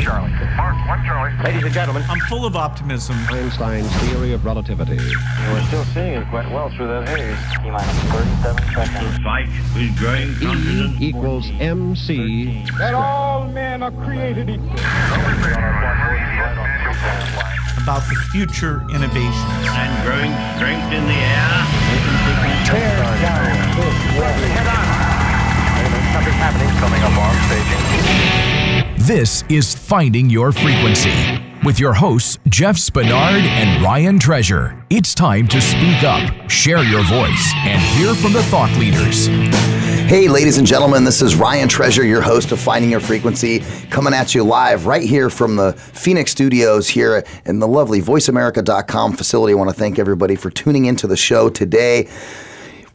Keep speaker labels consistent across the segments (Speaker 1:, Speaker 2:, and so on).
Speaker 1: Charlie.
Speaker 2: Mark, one Charlie.
Speaker 3: Ladies and gentlemen,
Speaker 4: I'm full of optimism.
Speaker 3: Einstein's theory of relativity.
Speaker 5: We're still seeing it quite well through that haze.
Speaker 6: T minus 37 seconds.
Speaker 7: The fight is growing
Speaker 3: E equals MC.
Speaker 8: That all men are created equal.
Speaker 4: about the future innovations.
Speaker 7: and growing strength in the air.
Speaker 2: Something's happening. Coming up on staging.
Speaker 9: This is Finding Your Frequency with your hosts, Jeff Spinard and Ryan Treasure. It's time to speak up, share your voice, and hear from the thought leaders.
Speaker 10: Hey, ladies and gentlemen, this is Ryan Treasure, your host of Finding Your Frequency, coming at you live right here from the Phoenix studios here in the lovely voiceamerica.com facility. I want to thank everybody for tuning into the show today.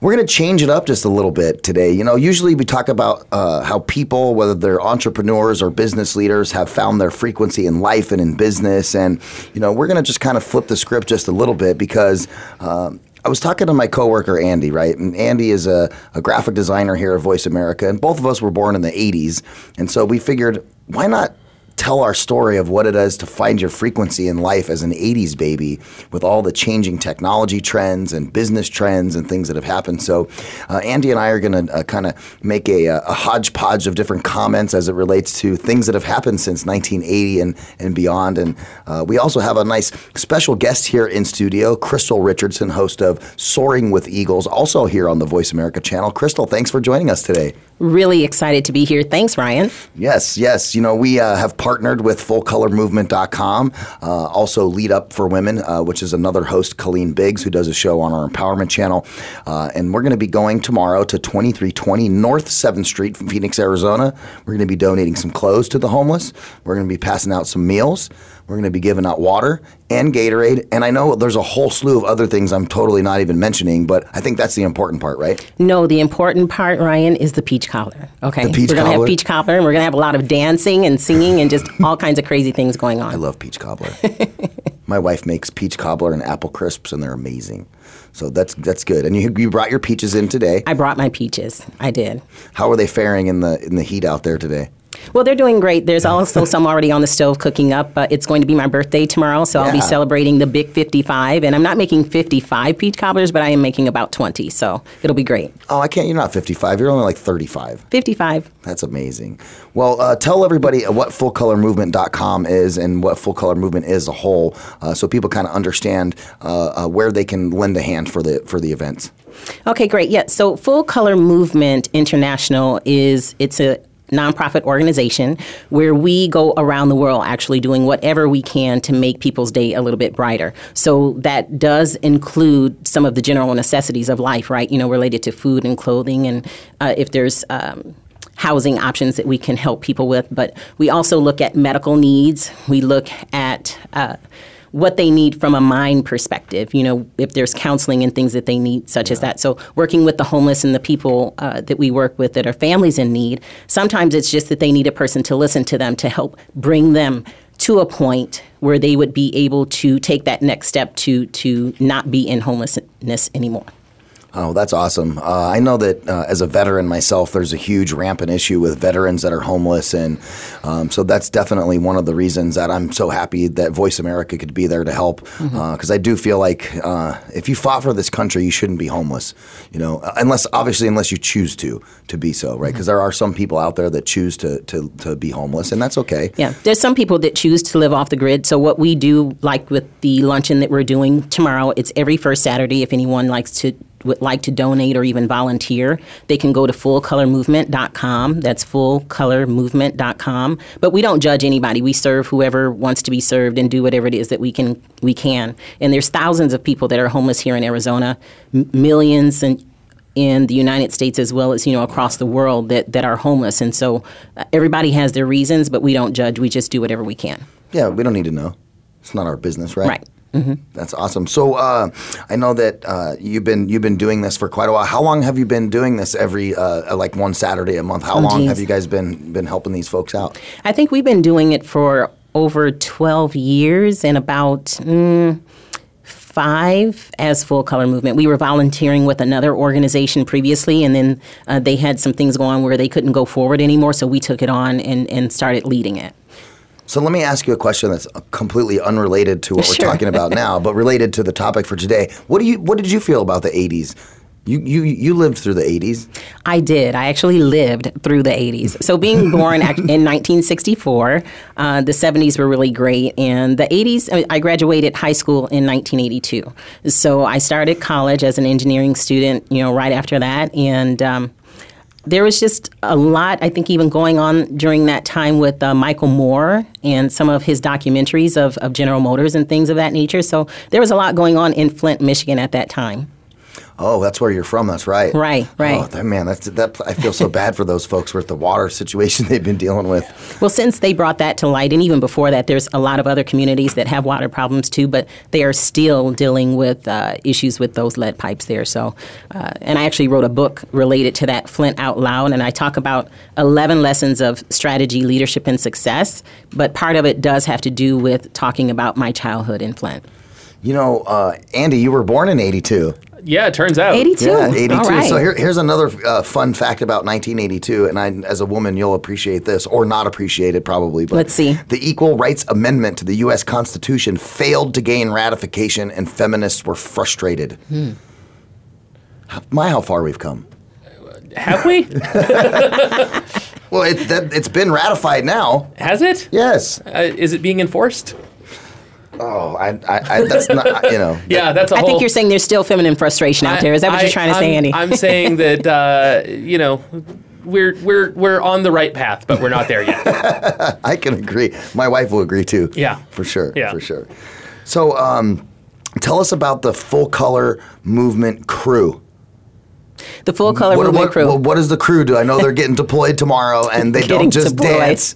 Speaker 10: We're going to change it up just a little bit today. You know, usually we talk about uh, how people, whether they're entrepreneurs or business leaders, have found their frequency in life and in business. And, you know, we're going to just kind of flip the script just a little bit because. Um, I was talking to my coworker Andy, right? And Andy is a, a graphic designer here at Voice America, and both of us were born in the 80s. And so we figured, why not tell our story of what it is to find your frequency in life as an 80s baby with all the changing technology trends and business trends and things that have happened. So, uh, Andy and I are going to uh, kind of make a, uh, a hodgepodge of different comments as it relates to things that have happened since 1980 and, and beyond. And uh, we also have a nice special guest here in studio, Crystal Richardson, host of Soaring with Eagles, also here on the Voice America channel. Crystal, thanks for joining us today.
Speaker 11: Really excited to be here. Thanks, Ryan.
Speaker 10: Yes, yes. You know, we uh, have partnered with FullColorMovement.com, uh, also Lead Up for Women, uh, which is another host, Colleen Biggs, who does a show on our empowerment channel. Uh, and we're going to be going tomorrow to 2320 North 7th Street from Phoenix, Arizona. We're going to be donating some clothes to the homeless. We're going to be passing out some meals. We're going to be giving out water and Gatorade. And I know there's a whole slew of other things I'm totally not even mentioning, but I think that's the important part, right?
Speaker 11: No, the important part, Ryan, is the peach cobbler. Okay.
Speaker 10: The peach
Speaker 11: we're gonna
Speaker 10: cobbler?
Speaker 11: have peach cobbler and we're gonna have a lot of dancing and singing and just all kinds of crazy things going on.
Speaker 10: I love peach cobbler. My wife makes peach cobbler and apple crisps, and they're amazing. So that's that's good. And you, you brought your peaches in today.
Speaker 11: I brought my peaches. I did.
Speaker 10: How are they faring in the in the heat out there today?
Speaker 11: Well, they're doing great. There's also some already on the stove cooking up. Uh, it's going to be my birthday tomorrow, so I'll be
Speaker 10: Yeah.
Speaker 11: celebrating the big 55. And I'm not making 55 peach cobblers, but I am making about 20, so it'll be great.
Speaker 10: Oh, I can't. You're not 55. You're only like 35.
Speaker 11: 55.
Speaker 10: That's amazing. Well, uh, tell everybody what fullcolormovement.com is and what full color movement is a whole, uh, so people kind of understand uh, uh, where they can lend a hand for the for the events.
Speaker 11: Okay, great. Yeah, so Full Color Movement International is it's a nonprofit organization where we go around the world actually doing whatever we can to make people's day a little bit brighter. So that does include some of the general necessities of life, right? You know, related to food and clothing and uh, if there's um, housing options that we can help people with. But we also look at medical needs. We look at uh, what they need from a mind perspective. You know, if there's counseling and things that they need, such as that. So working with the homeless and the people uh, that we work with that are families in need. Sometimes it's just that they need a person to listen to them to help bring them to a point where they would be able to take that next step to to not be in homelessness anymore.
Speaker 10: Oh, that's awesome. Uh, I know that uh, as a veteran myself, there's a huge rampant issue with veterans that are homeless. And um, so that's definitely one of the reasons that I'm so happy that Voice America could be there to help. Because I do feel like uh, if you fought for this country, you shouldn't be homeless, you know, uh, unless obviously, unless you choose to, to be so, right? Because there are some people out there that choose to, to, to be homeless, and that's okay.
Speaker 11: Yeah, there's some people that choose to live off the grid. So what we do, like with the luncheon that we're doing tomorrow, it's every first Saturday. If anyone likes to would like to donate or even volunteer, they can go to fullcolormovement.com. That's fullcolormovement.com. But we don't judge anybody. We serve whoever wants to be served and do whatever it is that we can we can. And there's thousands of people that are homeless here in Arizona, m- millions and in the United States as well as you know across the world that that are homeless, and so uh, everybody has their reasons, but we don't judge. We just do whatever we can.
Speaker 10: Yeah, we don't need to know. It's not our business, right?
Speaker 11: Right. Mm-hmm.
Speaker 10: That's awesome. So uh, I know that uh, you've been you've been doing this for quite a while. How long have you been doing this every uh, like one Saturday a month? How
Speaker 11: Oh,
Speaker 10: long
Speaker 11: geez.
Speaker 10: have you guys been been helping these folks out?
Speaker 11: I think we've been doing it for over twelve years and about. Mm, Five as full color movement. We were volunteering with another organization previously, and then uh, they had some things going on where they couldn't go forward anymore, so we took it on and, and started leading it.
Speaker 10: So let me ask you a question that's completely unrelated to what
Speaker 11: Sure.
Speaker 10: we're talking about now, but related to the topic for today. What do you What did you feel about the '80s? You you you lived through the '80s.
Speaker 11: I did. I actually lived through the 80s. So, being born act- in 1964, uh, the 70s were really great. And the 80s, I- I graduated high school in 1982. So, I started college as an engineering student, you know, right after that. And, um, there was just a lot, I think, even going on during that time with uh, Michael Moore and some of his documentaries of, of General Motors and things of that nature. So there was a lot going on in Flint, Michigan at that time.
Speaker 10: Oh, that's where you're from. That's right.
Speaker 11: Right, right.
Speaker 10: Oh, that, man, that's that. I feel so bad for those folks with the water situation they've been dealing with.
Speaker 11: Well, since they brought that to light, and even before that, there's a lot of other communities that have water problems too, but they are still dealing with uh, issues with those lead pipes there. So, uh, and I actually wrote a book related to that, Flint Out Loud, and I talk about 11 lessons of strategy, leadership, and success. But part of it does have to do with talking about my childhood in Flint.
Speaker 10: You know, uh, Andy, you were born in '82.
Speaker 1: Oh, Yeah, it turns out.
Speaker 11: 82.
Speaker 10: Yeah, 82.
Speaker 11: All right.
Speaker 10: So here, here's another uh, fun fact about 1982, and I, as a woman, you'll appreciate this or not appreciate it probably. But
Speaker 11: Let's see.
Speaker 10: The Equal Rights Amendment to the U.S. Constitution failed to gain ratification, and feminists were frustrated.
Speaker 11: Hmm.
Speaker 10: How- My, how far we've come.
Speaker 1: Have we?
Speaker 10: Well, it, that, it's been ratified now.
Speaker 1: Has it?
Speaker 10: Yes.
Speaker 1: Uh, is it being enforced?
Speaker 10: Oh, I, I, I that's not, you know.
Speaker 1: Yeah, that's a
Speaker 11: I
Speaker 1: whole.
Speaker 11: think you're saying there's still feminine frustration out there. Is that what
Speaker 1: Oh. I-
Speaker 11: you're trying to
Speaker 1: I'm-
Speaker 11: say, Andy?
Speaker 1: I'm saying that uh, you know we're we're we're on the right path, but we're not there yet.
Speaker 10: I can agree. My wife will agree too.
Speaker 1: Yeah.
Speaker 10: For sure.
Speaker 1: Yeah.
Speaker 10: For sure. So, um, tell us about the full color movement crew.
Speaker 11: the full color
Speaker 10: What,
Speaker 11: movement
Speaker 10: what,
Speaker 11: crew.
Speaker 10: what- what is the crew do? I know they're getting deployed tomorrow and they
Speaker 11: Getting
Speaker 10: don't just
Speaker 11: deployed.
Speaker 10: dance.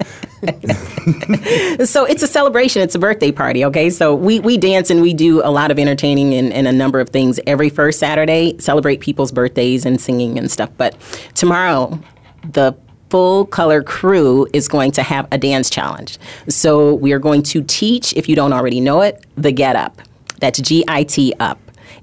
Speaker 11: so it's a celebration. It's a birthday party. Okay, so we we dance and we do a lot of entertaining and, and a number of things every first Saturday. Celebrate people's birthdays and singing and stuff. But tomorrow, the full color crew is going to have a dance challenge. So we are going to teach, if you don't already know it, the get up. That's G I T up.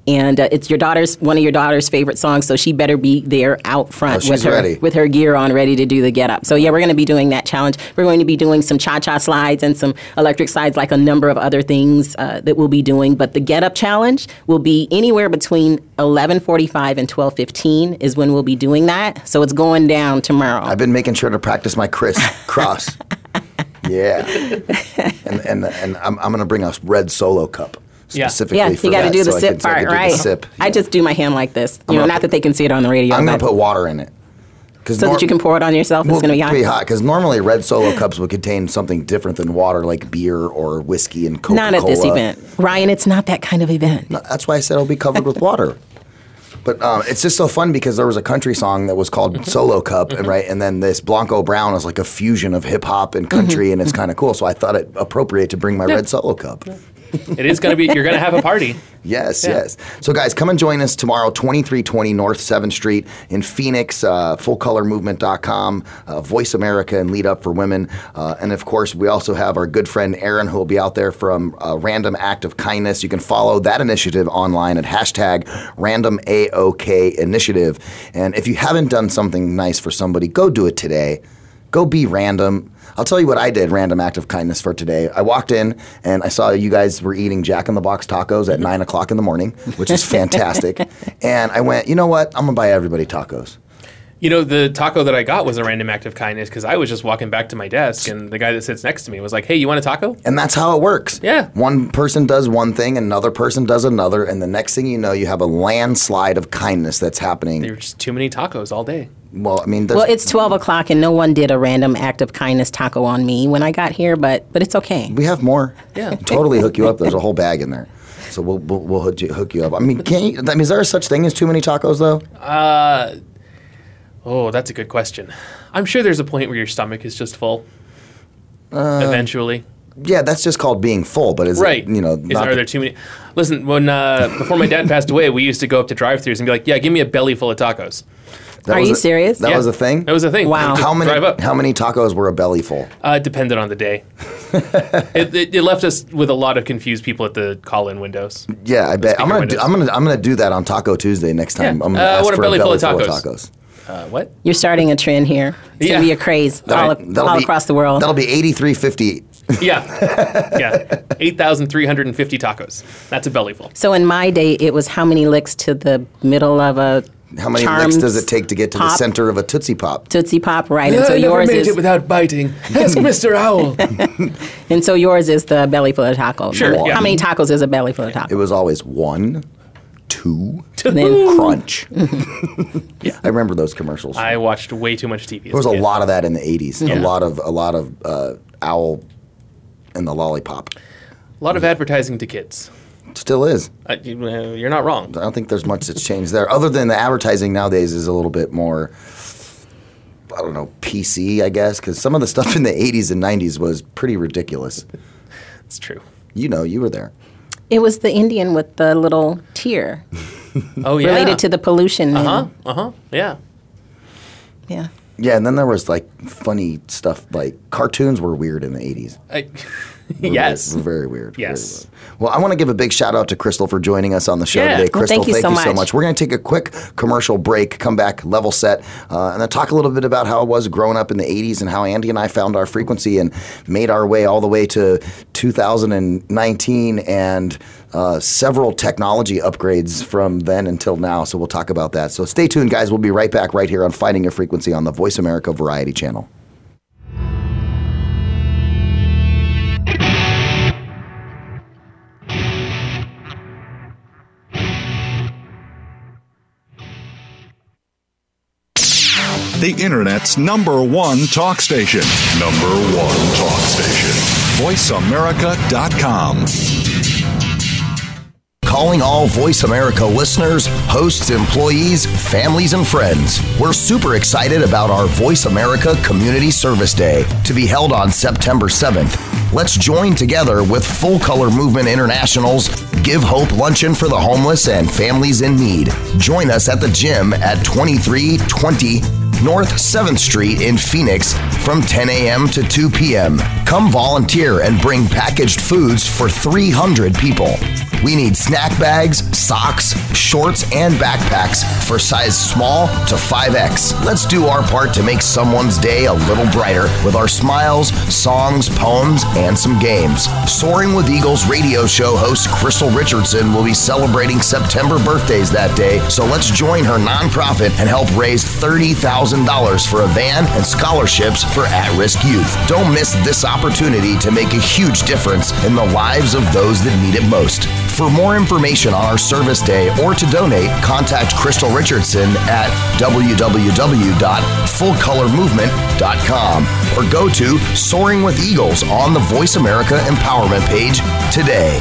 Speaker 11: And uh, it's your daughter's one of your daughter's favorite songs, so she better be there out front
Speaker 10: Oh,
Speaker 11: with
Speaker 10: she's
Speaker 11: her
Speaker 10: ready.
Speaker 11: with with her gear on, ready to do the get up. So yeah, we're going to be doing that challenge. We're going to be doing some cha cha slides and some electric slides, like a number of other things uh, that we'll be doing. But the get up challenge will be anywhere between 11:45 and 12:15 is when we'll be doing that. So it's going down tomorrow.
Speaker 10: I've been making sure to practice my Chris cross. yeah. And and and I'm, I'm gonna bring a red solo cup
Speaker 1: Yeah.
Speaker 10: specifically
Speaker 11: yeah,
Speaker 10: for
Speaker 11: you got to
Speaker 10: that,
Speaker 11: do the
Speaker 10: so I
Speaker 11: sip
Speaker 10: can- so I
Speaker 11: part,
Speaker 10: can do the
Speaker 11: right?
Speaker 10: sip.
Speaker 11: I
Speaker 10: Yeah.
Speaker 11: just do my hand like this. You know,
Speaker 10: gonna
Speaker 11: not
Speaker 10: put-
Speaker 11: that they can see it on the radio.
Speaker 10: I'm gonna
Speaker 11: but-
Speaker 10: put water in it.
Speaker 11: so that you can pour it on yourself. it's going to be hot.
Speaker 10: because normally red solo cups would contain something different than water, like beer or whiskey and Coca Cola.
Speaker 11: Not at this event, Ryan. It's not that kind of event.
Speaker 10: That's why I said it'll be covered with water. But um, it's just so fun because there was a country song that was
Speaker 11: Mm-hmm.
Speaker 10: called Solo Cup, and right, and then this Blanco Brown is like a fusion of hip hop and
Speaker 11: Mm-hmm.
Speaker 10: country, and it's kind of cool. So I thought it appropriate to bring my red solo cup.
Speaker 1: it is going to be. You're going to have a party.
Speaker 10: Yes, yes. So, guys, come and join us tomorrow, 2320 North 7th Street in Phoenix, uh, fullcolormovement.com, uh, Voice America, and Lead Up for Women. Uh, and of course, we also have our good friend Aaron, who will be out there from uh, Random Act of Kindness. You can follow that initiative online at hashtag Random AOK Initiative. And if you haven't done something nice for somebody, go do it today. Go be random. I'll tell you what I did, random act of kindness for today. I walked in and I saw you guys were eating Jack in the Box tacos at nine o'clock in the morning, which is fantastic. and I went, you know what? I'm gonna buy everybody tacos.
Speaker 1: You know, the taco that I got was a random act of kindness because I was just walking back to my desk and the guy that sits next to me was like, "Hey, you want a taco?"
Speaker 10: And that's how it works.
Speaker 1: Yeah.
Speaker 10: One person does one thing, another person does another, and the next thing you know, you have a landslide of kindness that's happening.
Speaker 1: There were just too many tacos all day.
Speaker 10: Well, I mean, there's,
Speaker 11: Well, it's 12 o'clock and no one did a random act of kindness taco on me when I got here, but but it's okay.
Speaker 10: we have more.
Speaker 1: Yeah.
Speaker 10: Totally hook you up. There's a whole bag in there. So we'll, we'll, we'll hook, you, hook you up. I mean, can't you, I mean, is there such thing as too many tacos though?
Speaker 1: Oh, that's a good question. I'm sure there's a point where your stomach is just full. Eventually,
Speaker 10: Yeah, that's just called being full. But is it,
Speaker 1: right?
Speaker 10: you know,
Speaker 1: is, are there too many? Listen, when uh, before my dad passed away, we used to go up to drive-throughs and be like, "Yeah, give me a belly full of tacos."
Speaker 10: That
Speaker 11: Are
Speaker 10: was
Speaker 11: you
Speaker 10: a-
Speaker 11: serious?
Speaker 10: That
Speaker 1: Yeah,
Speaker 10: was a thing.
Speaker 1: That was a thing.
Speaker 11: Wow.
Speaker 10: how
Speaker 1: Drive up.
Speaker 10: many how many tacos were a belly full?
Speaker 1: Uh, it depended on the day. it, it, it left us with a lot of confused people at the call-in windows.
Speaker 10: Yeah, I bet. I'm
Speaker 1: speaker
Speaker 10: gonna do,
Speaker 1: windows.
Speaker 10: I'm gonna I'm gonna do that on Taco Tuesday next time.
Speaker 1: Yeah.
Speaker 10: I'm gonna
Speaker 1: Uh, I
Speaker 10: ask
Speaker 1: want a
Speaker 10: for
Speaker 1: belly
Speaker 10: a
Speaker 1: full
Speaker 10: belly
Speaker 1: of
Speaker 10: full
Speaker 1: tacos.
Speaker 10: of tacos.
Speaker 1: Uh, what?
Speaker 11: You're starting a trend here. It's
Speaker 1: Yeah.
Speaker 11: going to be a craze all,
Speaker 10: That'll
Speaker 11: ac-
Speaker 10: be-
Speaker 11: all across the world.
Speaker 10: That'll be eighty three fifty
Speaker 1: Yeah, yeah, eight thousand three hundred and fifty tacos. That's a belly full.
Speaker 11: So in my day, it was how many licks to the middle of a
Speaker 10: How many
Speaker 11: charmed
Speaker 10: licks does it take to get to the
Speaker 11: pop?
Speaker 10: center of a Tootsie Pop?
Speaker 11: Tootsie Pop, right?
Speaker 1: Uh,
Speaker 11: and so yours is,
Speaker 1: without biting. Ask Mr. Owl.
Speaker 11: and so yours is the belly full of tacos.
Speaker 1: Sure, yeah.
Speaker 11: How many tacos is a belly full of tacos?
Speaker 10: It was always one, two,
Speaker 11: And then
Speaker 10: crunch. I remember those commercials.
Speaker 1: I watched way too much TV.
Speaker 10: there was a lot of that in the '80s. A
Speaker 1: Yeah.
Speaker 10: lot of a lot of uh, owl and the lollipop.
Speaker 1: a lot of advertising to kids.
Speaker 10: Still is.
Speaker 1: Uh, you- uh, you're not wrong.
Speaker 10: I don't think there's much that's changed there, other than the advertising nowadays is a little bit more. I don't know PC, I guess, because some of the stuff in the '80s and '90s was pretty ridiculous.
Speaker 1: It's true.
Speaker 10: You know, you were there.
Speaker 11: it was the Indian with the little tear
Speaker 1: Oh yeah.
Speaker 11: related to the pollution.
Speaker 1: Uh
Speaker 10: Uh-huh.
Speaker 1: huh. Uh huh. Yeah.
Speaker 11: Yeah.
Speaker 10: Yeah, and then there was like funny stuff, like cartoons were weird in the '80s.
Speaker 1: I,
Speaker 10: We're
Speaker 1: yes.
Speaker 10: Very, very weird. very
Speaker 1: Yes.
Speaker 10: weird. Well, I want to give a big shout out to Crystal for joining us on the show
Speaker 1: Yeah.
Speaker 10: today.
Speaker 11: Well,
Speaker 10: Crystal,
Speaker 11: thank you so much.
Speaker 10: We're going to take a quick commercial break, come back, level set, uh, and then talk a little bit about how it was growing up in the 80s and how Andy and I found our frequency and made our way all the way to 2019 and uh, several technology upgrades from then until now. So we'll talk about that. So stay tuned, guys. We'll be right back right here on Finding Your Frequency on the Voice America Variety Channel.
Speaker 12: The Internet's number one talk station. Number one talk station. VoiceAmerica.com.
Speaker 10: Calling all Voice America listeners, hosts, employees, families, and friends. We're super excited about our Voice America Community Service Day to be held on September 7th. Let's join together with Full Color Movement International's Give Hope Luncheon for the Homeless and Families in Need. Join us at the gym at 2320 North 7th Street in Phoenix from 10 a.m. to 2 p.m. Come volunteer and bring packaged foods for 300 people. We need snack bags, socks, shorts, and backpacks for size small to 5X. Let's do our part to make someone's day a little brighter with our smiles, songs, poems, and some games. Soaring with Eagles radio show host Crystal Richardson will be celebrating September birthdays that day, so let's join her nonprofit and help raise $30,000 for a van and scholarships for at risk youth. Don't miss this opportunity to make a huge difference in the lives of those that need it most. For more information on our service day or to donate, contact Crystal Richardson at www.fullcolormovement.com or go to Soaring with Eagles on the Voice America Empowerment page today.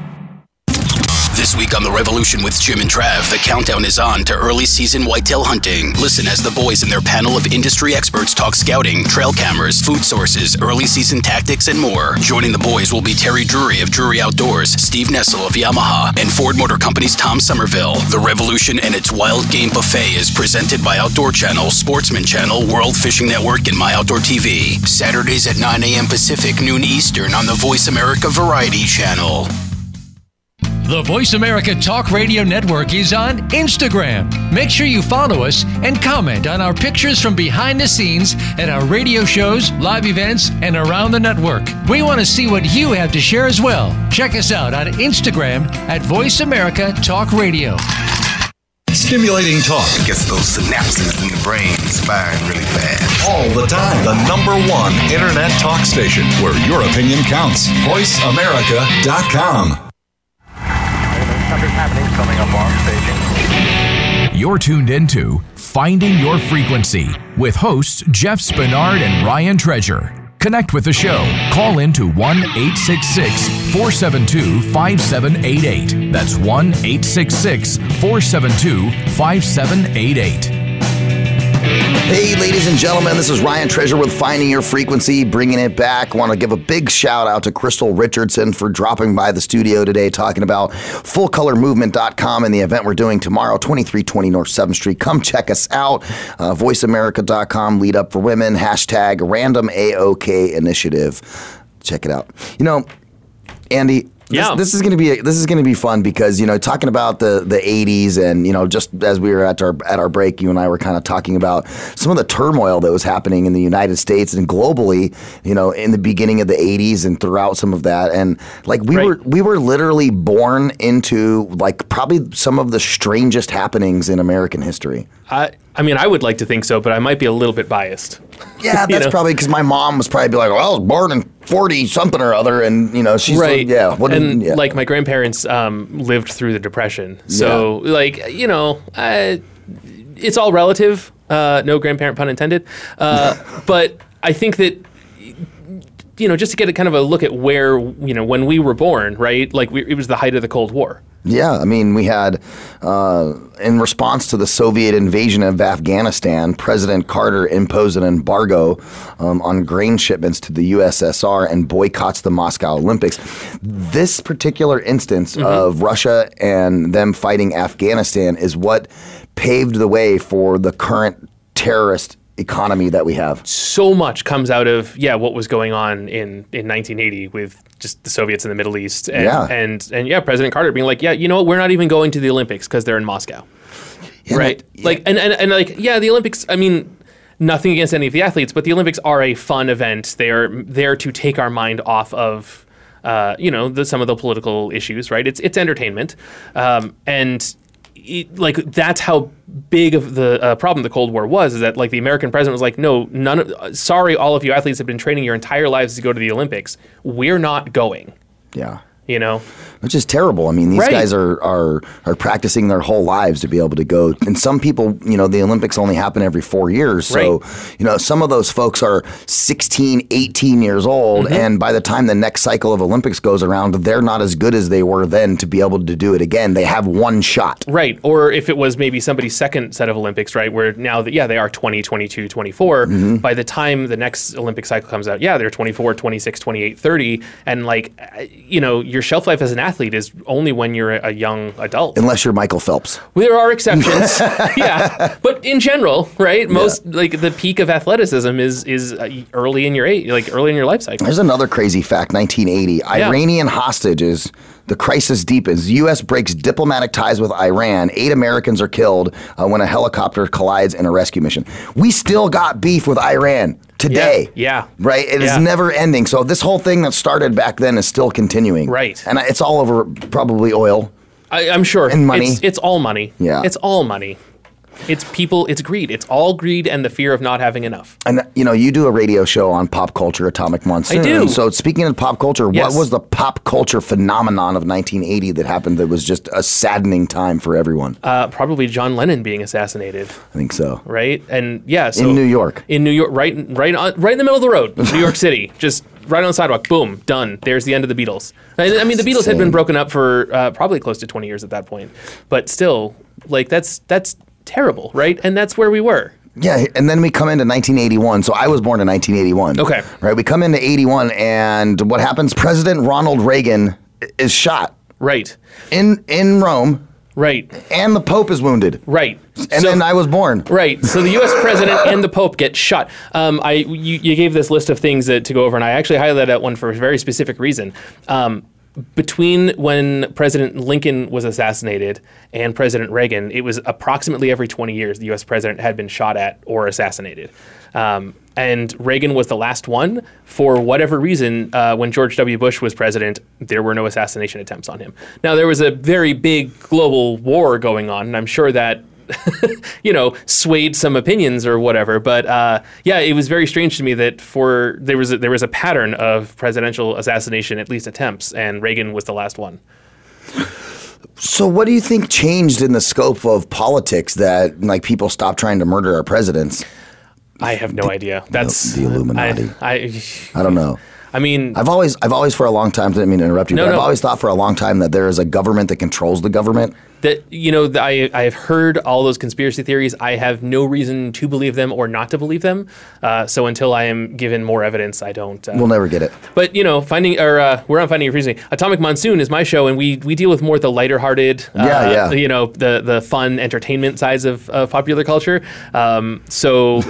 Speaker 13: This week on The Revolution with Jim and Trav, the countdown is on to early season whitetail hunting. Listen as the boys and their panel of industry experts talk scouting, trail cameras, food sources, early season tactics, and more. Joining the boys will be Terry Drury of Drury Outdoors, Steve Nessel of Yamaha, and Ford Motor Company's Tom Somerville. The Revolution and its Wild Game Buffet is presented by Outdoor Channel, Sportsman Channel, World Fishing Network, and My Outdoor TV. Saturdays at 9 a.m. Pacific, noon Eastern on the Voice America Variety Channel.
Speaker 14: The Voice America Talk Radio Network is on Instagram. Make sure you follow us and comment on our pictures from behind the scenes at our radio shows, live events, and around the network. We want to see what you have to share as well. Check us out on Instagram at Voice America Talk Radio.
Speaker 12: Stimulating talk.
Speaker 15: Gets those synapses in the brain firing really fast.
Speaker 12: All the time. The number one Internet talk station where your opinion counts. VoiceAmerica.com.
Speaker 2: Something's happening. Coming up on staging.
Speaker 9: You're tuned into Finding Your Frequency with hosts Jeff Spinard and Ryan Treasure. Connect with the show. Call in to 1 866 472 5788. That's 1 866 472 5788.
Speaker 10: Hey, ladies and gentlemen, this is Ryan Treasure with Finding Your Frequency, bringing it back. Want to give a big shout out to Crystal Richardson for dropping by the studio today, talking about fullcolormovement.com and the event we're doing tomorrow, 2320 North 7th Street. Come check us out. Uh, VoiceAmerica.com, Lead Up for Women, hashtag Random AOK Initiative. Check it out. You know, Andy, this,
Speaker 1: Yeah.
Speaker 10: this is gonna be this is gonna be fun because you know talking about the the 80s and you know just as we were at our at our break, you and I were kind of talking about some of the turmoil that was happening in the United States and globally, you know, in the beginning of the 80s and throughout some of that, and like we were we were literally born into like probably some of the strangest happenings in American history.
Speaker 1: I, I mean, I would like to think so, but I might be a little bit biased.
Speaker 10: Yeah, that's probably because my mom was probably like, well, I was born in 40 something or other, and you know she's like,
Speaker 1: right.
Speaker 10: yeah, what did-
Speaker 1: and
Speaker 10: yeah.
Speaker 1: like my grandparents um, lived through the depression, so like you know, I, it's all relative. Uh, no grandparent pun intended. Uh, but I think that you know, just to get a kind of a look at where you know when we were born, right? Like we, it was the height of the Cold War.
Speaker 10: Yeah, I mean, we had, uh, in response to the Soviet invasion of Afghanistan, President Carter imposed an embargo um, on grain shipments to the USSR and boycotts the Moscow Olympics. This particular instance of Russia and them fighting Afghanistan is what paved the way for the current terrorist economy that we have.
Speaker 1: so much comes out of yeah what was going on in in 1980 with just the Soviets in the Middle East and
Speaker 10: Yeah.
Speaker 1: and, and yeah President Carter being like yeah you know what we're not even going to the Olympics because they're in Moscow right like and, and and like yeah the Olympics I mean nothing against any of the athletes but the Olympics are a fun event they are there to take our mind off of uh, you know the, some of the political issues right it's it's entertainment um, and it, like that's how big of the uh, problem the Cold War was. Is that like the American president was like, no, none. Of, uh, sorry, all of you athletes have been training your entire lives to go to the Olympics. We're not going.
Speaker 10: Yeah.
Speaker 1: You know.
Speaker 10: which is terrible. I mean, these
Speaker 1: Right.
Speaker 10: guys are, are are practicing their whole lives to be able to go. And some people, you know, the Olympics only happen every four years. So, you know, some of those folks are 16, 18 years old.
Speaker 16: Mhm.
Speaker 10: And by the time the next cycle of Olympics goes around, they're not as good as they were then to be able to do it again. They have one shot.
Speaker 1: Right. Or if it was maybe somebody's second set of Olympics, right, where now that, yeah, they are 20, 22, 24.
Speaker 10: Mhm.
Speaker 1: By the time the next Olympic cycle comes out, yeah, they're 24, 26, 28, 30. And like, uh, you know, your shelf life as an athlete is only when you're a, a young adult.
Speaker 10: Unless you're Michael Phelps.
Speaker 1: There are exceptions, yeah, but in general, right? Most like the peak of athleticism is is uh, early in your age, like early in your life cycle.
Speaker 10: There's another crazy fact 1980. Iranian hostages. The crisis deepens. The U.S. breaks diplomatic ties with Iran. Eight Americans are killed uh, when a helicopter collides in a rescue mission. We still got beef with Iran today.
Speaker 1: Yeah.
Speaker 10: Right? It is
Speaker 1: Yeah.
Speaker 10: never ending. So, this whole thing that started back then is still continuing. Right. And it's all over probably oil.
Speaker 1: I, I'm sure.
Speaker 10: And money.
Speaker 1: It's, it's all money.
Speaker 10: Yeah.
Speaker 1: It's all money. It's people. It's greed. It's all greed and the fear of not having enough.
Speaker 10: And you know, you do a radio show on pop culture, Atomic Monsoon.
Speaker 1: do.
Speaker 10: So speaking of pop culture,
Speaker 1: Yes.
Speaker 10: what was the pop culture phenomenon of 1980 that happened that was just a saddening time for everyone?
Speaker 1: Uh, probably John Lennon being assassinated,
Speaker 10: I think so.
Speaker 1: right? And yeah, so
Speaker 10: In New York.
Speaker 1: in New York, right, right, on, right in the middle of the road, New York City, just right on the sidewalk. Boom, done. There's the end of the Beatles. I, I mean, the
Speaker 10: That's
Speaker 1: Beatles had been
Speaker 10: insane.
Speaker 1: broken up for uh, probably close to 20 years at that point, but still, like that's that's terrible, right? And that's where we were.
Speaker 10: Yeah, and then we come into 1981. So I was born in 1981. Okay. Right. We come into 81, and what happens? President Ronald Reagan i- is shot.
Speaker 1: Right.
Speaker 10: In in Rome.
Speaker 1: Right.
Speaker 10: And the Pope is wounded.
Speaker 1: Right.
Speaker 10: And then I was born.
Speaker 1: Right. So the U.S. president and the Pope get shot. Um, I you, you gave this list of things that, to go over, and I actually highlighted that one for a very specific reason. Um, between when President Lincoln was assassinated and President Reagan, it was approximately every 20 years the U.S. president had been shot at or assassinated. Um, and Reagan was the last one. For whatever reason, uh, when George W. Bush was president, there were no assassination attempts on him. Now, there was a very big global war going on, and I'm sure that you know, swayed some opinions or whatever. But uh, yeah, it was very strange to me that for there was a, there was a pattern of presidential assassination, at least attempts, and Reagan was the last one.
Speaker 10: So what do you think changed in the scope of politics that like people stopped trying to murder our presidents?
Speaker 1: I have no idea. That's
Speaker 10: the Illuminati.
Speaker 1: I,
Speaker 10: I don't know.
Speaker 1: I mean,
Speaker 10: I've always, I've always for a long time. Didn't mean to interrupt you,
Speaker 1: No,
Speaker 10: but
Speaker 1: no.
Speaker 10: I've always thought for a long time that there is a government that controls the government.
Speaker 1: that you know that I I have heard all those conspiracy theories. I have no reason to believe them or not to believe them. Uh, so until I am given more evidence, I don't. Uh,
Speaker 10: we'll never get it.
Speaker 1: But you know, finding or uh, we're on finding your freezing. Atomic Monsoon is my show, and we we deal with more the lighter-hearted, uh,
Speaker 10: yeah, yeah.
Speaker 1: you know, the the fun entertainment sides of, of popular culture. Um, so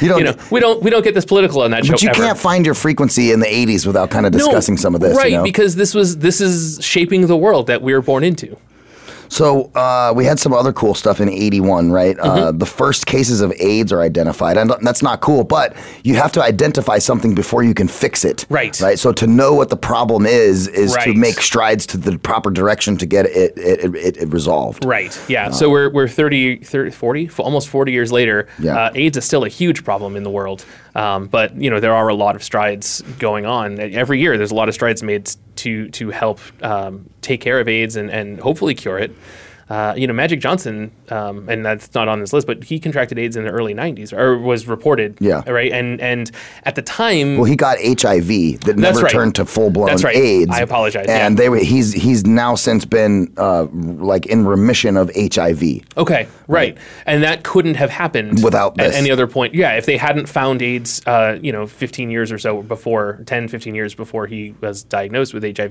Speaker 1: you, you, know, we don't we don't get this political on that show.
Speaker 10: But you
Speaker 1: ever.
Speaker 10: can't find your frequency in the '80s without kind of discussing no, some of this,
Speaker 1: right?
Speaker 10: You know?
Speaker 1: Because this was this is shaping the world that we were born into.
Speaker 10: So uh, we had some other cool stuff in '81, right? Mm-hmm. Uh, the first cases of AIDS are identified, and that's not cool. But you have to identify something before you can fix it,
Speaker 1: right?
Speaker 10: Right. So to know what the problem is is right. to make strides to the proper direction to get it it, it, it resolved.
Speaker 1: Right. Yeah. Uh, so we're we're 30, 30, 40, almost 40 years later. Yeah. AIDS is still a huge problem in the world, um, but you know there are a lot of strides going on E-, every year. There's a lot of strides made to to help um, take care of AIDS and, and hopefully cure it. Uh, you know, Magic Johnson, um, and that's not on this list, but he contracted AIDS in the early '90s, or was reported.
Speaker 10: Yeah.
Speaker 1: Right. And and at the time,
Speaker 10: well, he got HIV that never
Speaker 1: right.
Speaker 10: turned to full blown
Speaker 1: right.
Speaker 10: AIDS.
Speaker 1: I apologize.
Speaker 10: And
Speaker 1: yeah.
Speaker 10: they were, he's he's now since been uh, like in remission of HIV.
Speaker 1: Okay. Right. And that couldn't have happened
Speaker 10: without
Speaker 1: at
Speaker 10: this.
Speaker 1: any other point. Yeah. If they hadn't found AIDS, uh, you know, 15 years or so before, 10, 15 years before he was diagnosed with HIV,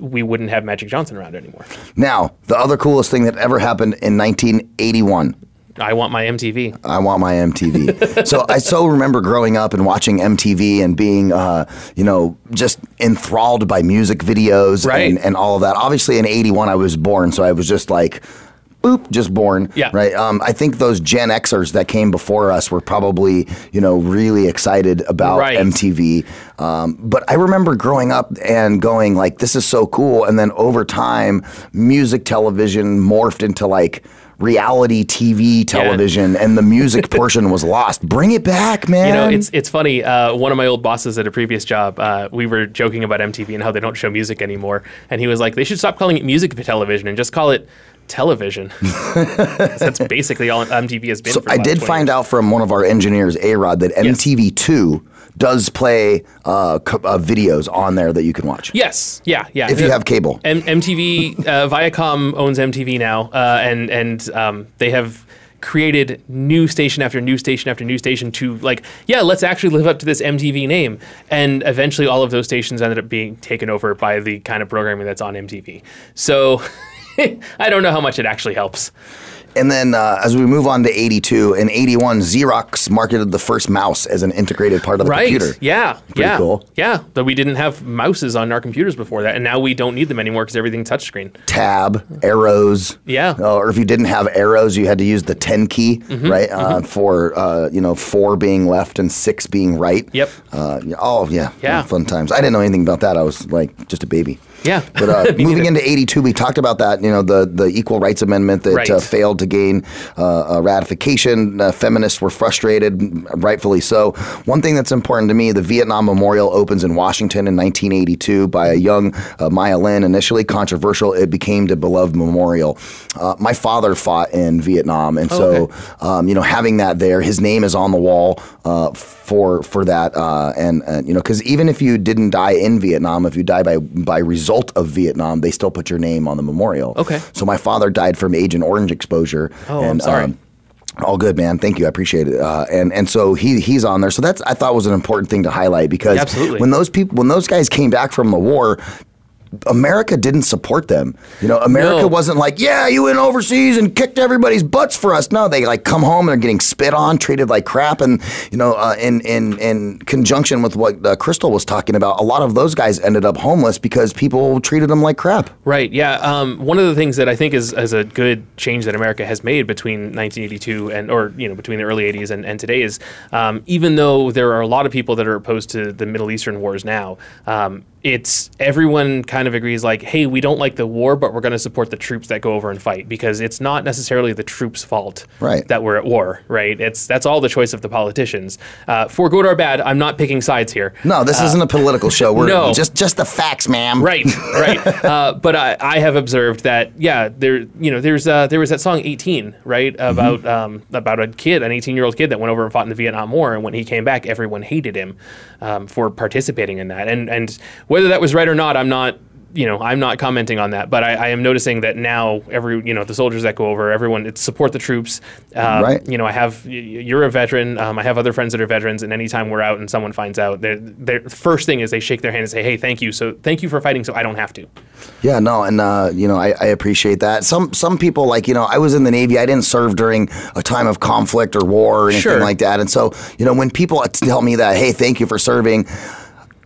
Speaker 1: we wouldn't have Magic Johnson around anymore.
Speaker 10: Now, the other coolest thing that ever happened in 1981.
Speaker 1: I want my MTV.
Speaker 10: I want my MTV. so I so remember growing up and watching MTV and being, uh, you know, just enthralled by music videos
Speaker 1: right.
Speaker 10: and, and all of that. Obviously, in '81, I was born, so I was just like, boop, just born.
Speaker 1: Yeah.
Speaker 10: Right. Um, I think those Gen Xers that came before us were probably, you know, really excited about
Speaker 1: right.
Speaker 10: MTV. Um, but I remember growing up and going like, this is so cool. And then over time, music television morphed into like, reality TV television, yeah. and the music portion was lost. Bring it back, man.
Speaker 1: You know, it's it's funny. Uh, one of my old bosses at a previous job, uh, we were joking about MTV and how they don't show music anymore, and he was like, "They should stop calling it music television and just call it." Television. that's basically all MTV has been.
Speaker 10: So
Speaker 1: I
Speaker 10: did find
Speaker 1: years.
Speaker 10: out from one of our engineers, A Rod, that
Speaker 1: yes.
Speaker 10: MTV Two does play uh, co- uh, videos on there that you can watch.
Speaker 1: Yes, yeah, yeah.
Speaker 10: If you have cable,
Speaker 1: M- MTV, uh, Viacom owns MTV now, uh, and and um, they have created new station after new station after new station to like yeah let's actually live up to this mtv name and eventually all of those stations ended up being taken over by the kind of programming that's on mtv so i don't know how much it actually helps
Speaker 10: and then uh, as we move on to 82 and 81 xerox marketed the first mouse as an integrated part of the
Speaker 1: right.
Speaker 10: computer
Speaker 1: yeah
Speaker 10: Pretty
Speaker 1: yeah
Speaker 10: cool.
Speaker 1: yeah but we didn't have mouses on our computers before that and now we don't need them anymore because everything's touchscreen
Speaker 10: tab arrows
Speaker 1: yeah
Speaker 10: uh, or if you didn't have arrows you had to use the 10 key
Speaker 1: Mhm,
Speaker 10: right uh,
Speaker 1: mhm.
Speaker 10: for uh, you know four being left and six being right
Speaker 1: Yep.
Speaker 10: uh, yeah, oh yeah
Speaker 1: Yeah.
Speaker 10: fun times i didn't know anything about that i was like just a baby
Speaker 1: Yeah.
Speaker 10: but uh,
Speaker 1: Me
Speaker 10: moving
Speaker 1: neither.
Speaker 10: into 82 we talked about that you know the, the equal rights amendment that
Speaker 1: Right.
Speaker 10: uh, failed to gain uh, uh, ratification uh, feminists were frustrated rightfully so one thing that's important to me the vietnam memorial opens in washington in 1982 by a young uh, maya lin initially controversial it became the beloved memorial uh, my father fought in vietnam and
Speaker 1: Oh,
Speaker 10: so
Speaker 1: okay.
Speaker 10: um, you know, having that there, his name is on the wall uh, for for that, uh, and, and you know, because even if you didn't die in Vietnam, if you die by by result of Vietnam, they still put your name on the memorial.
Speaker 1: Okay.
Speaker 10: So my father died from Agent Orange exposure. um,
Speaker 1: Oh, I'm sorry.
Speaker 10: all good, man. Thank you. I appreciate it. Uh, and and so he he's on there. So that's I thought was an important thing to highlight because
Speaker 1: Absolutely.
Speaker 10: when those people when those guys came back from the war. America didn't support them. You know, America
Speaker 1: No.
Speaker 10: wasn't like, yeah, you went overseas and kicked everybody's butts for us. No, they like come home and they're getting spit on, treated like crap, and you know, uh, in in in conjunction with what uh, Crystal was talking about, a lot of those guys ended up homeless because people treated them like crap.
Speaker 1: Right. Yeah. Um, one of the things that I think is, is a good change that America has made between 1982 and, or you know, between the early 80s and, and today is, um, even though there are a lot of people that are opposed to the Middle Eastern wars now, um, it's everyone kind of agrees like, hey, we don't like the war, but we're going to support the troops that go over and fight because it's not necessarily the troops' fault
Speaker 10: Right.
Speaker 1: that we're at war. Right. It's that's all the choice of the politicians. Uh, for good or bad, I'm not picking sides here.
Speaker 10: No, this
Speaker 1: Uh,
Speaker 10: isn't a political show. We're
Speaker 1: no.
Speaker 10: just just the facts, ma'am.
Speaker 1: Right, right. uh, but I, I have observed that yeah, there you know there's uh, there was that song 18 right about um, about a kid, an 18 year old kid that went over and fought in the Vietnam War, and when he came back, everyone hated him um, for participating in that, and and whether that was right or not, I'm not you know, I'm not commenting on that, but I, I, am noticing that now every, you know, the soldiers that go over, everyone, it's support the troops. Um, right. You know, I have, you're a veteran. Um, I have other friends that are veterans, and anytime we're out and someone finds out, their their first thing is they shake their hand and say, "Hey, thank you. So thank you for fighting, so I don't have to."
Speaker 10: Yeah, no, and uh, you know, I, I appreciate that. Some some people like you know, I was in the Navy. I didn't serve during a time of conflict or war or anything sure. like that, and so you know, when people tell me that, "Hey, thank you for serving."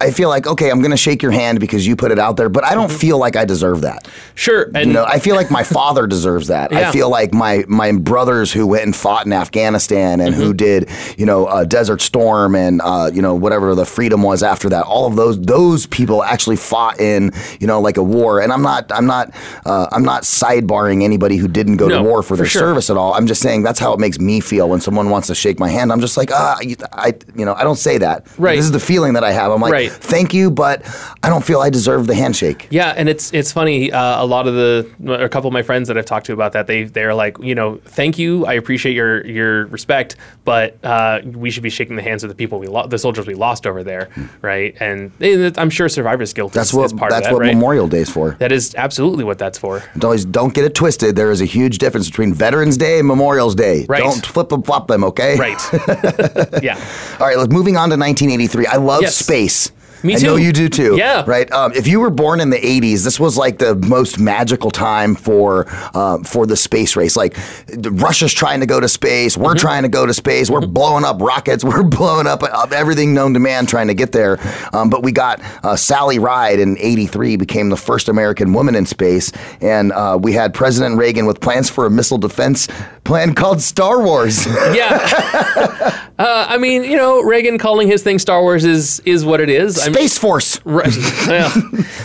Speaker 10: I feel like okay, I'm going to shake your hand because you put it out there, but I
Speaker 1: Mm-hmm.
Speaker 10: don't feel like I deserve that.
Speaker 1: Sure,
Speaker 10: and you know, I feel like my father deserves that. Yeah. I feel like my my brothers who went and fought in Afghanistan and mm-hmm. who did you know uh, Desert Storm and uh, you know whatever the freedom was after that. All of those those people actually fought in you know like a war, and I'm not I'm not uh, I'm not sidebarring anybody who didn't go no, to war for, for their sure. service at all. I'm just saying that's how it makes me feel when someone wants to shake my hand. I'm just like ah, I you know I don't say that.
Speaker 1: Right.
Speaker 10: This is the feeling that I have. I'm like. Right thank you, but I don't feel I deserve the handshake.
Speaker 1: Yeah, and it's it's funny. Uh, a lot of the a couple of my friends that I've talked to about that they they're like, you know, thank you, I appreciate your your respect, but uh, we should be shaking the hands of the people we lo- the soldiers we lost over there, right? And they, I'm sure survivor's guilt.
Speaker 10: That's
Speaker 1: is,
Speaker 10: what
Speaker 1: is part
Speaker 10: that's
Speaker 1: of that,
Speaker 10: what
Speaker 1: right?
Speaker 10: Memorial Day's for.
Speaker 1: That is absolutely what that's for.
Speaker 10: Don't don't get it twisted. There is a huge difference between Veterans Day and Memorial's Day.
Speaker 1: Right.
Speaker 10: Don't flip and flop them. Okay.
Speaker 1: Right. yeah.
Speaker 10: All right. Look, moving on to 1983. I love yes. space.
Speaker 1: Me too.
Speaker 10: I know you do too.
Speaker 1: Yeah.
Speaker 10: Right. Um, if you were born in the '80s, this was like the most magical time for uh, for the space race. Like Russia's trying to go to space. We're mm-hmm. trying to go to space. We're blowing up rockets. We're blowing up uh, everything known to man trying to get there. Um, but we got uh, Sally Ride in '83 became the first American woman in space, and uh, we had President Reagan with plans for a missile defense plan called Star Wars.
Speaker 1: yeah. Uh, I mean, you know, Reagan calling his thing Star Wars is is what it is.
Speaker 10: I Space Force.
Speaker 1: Right.
Speaker 10: Yeah.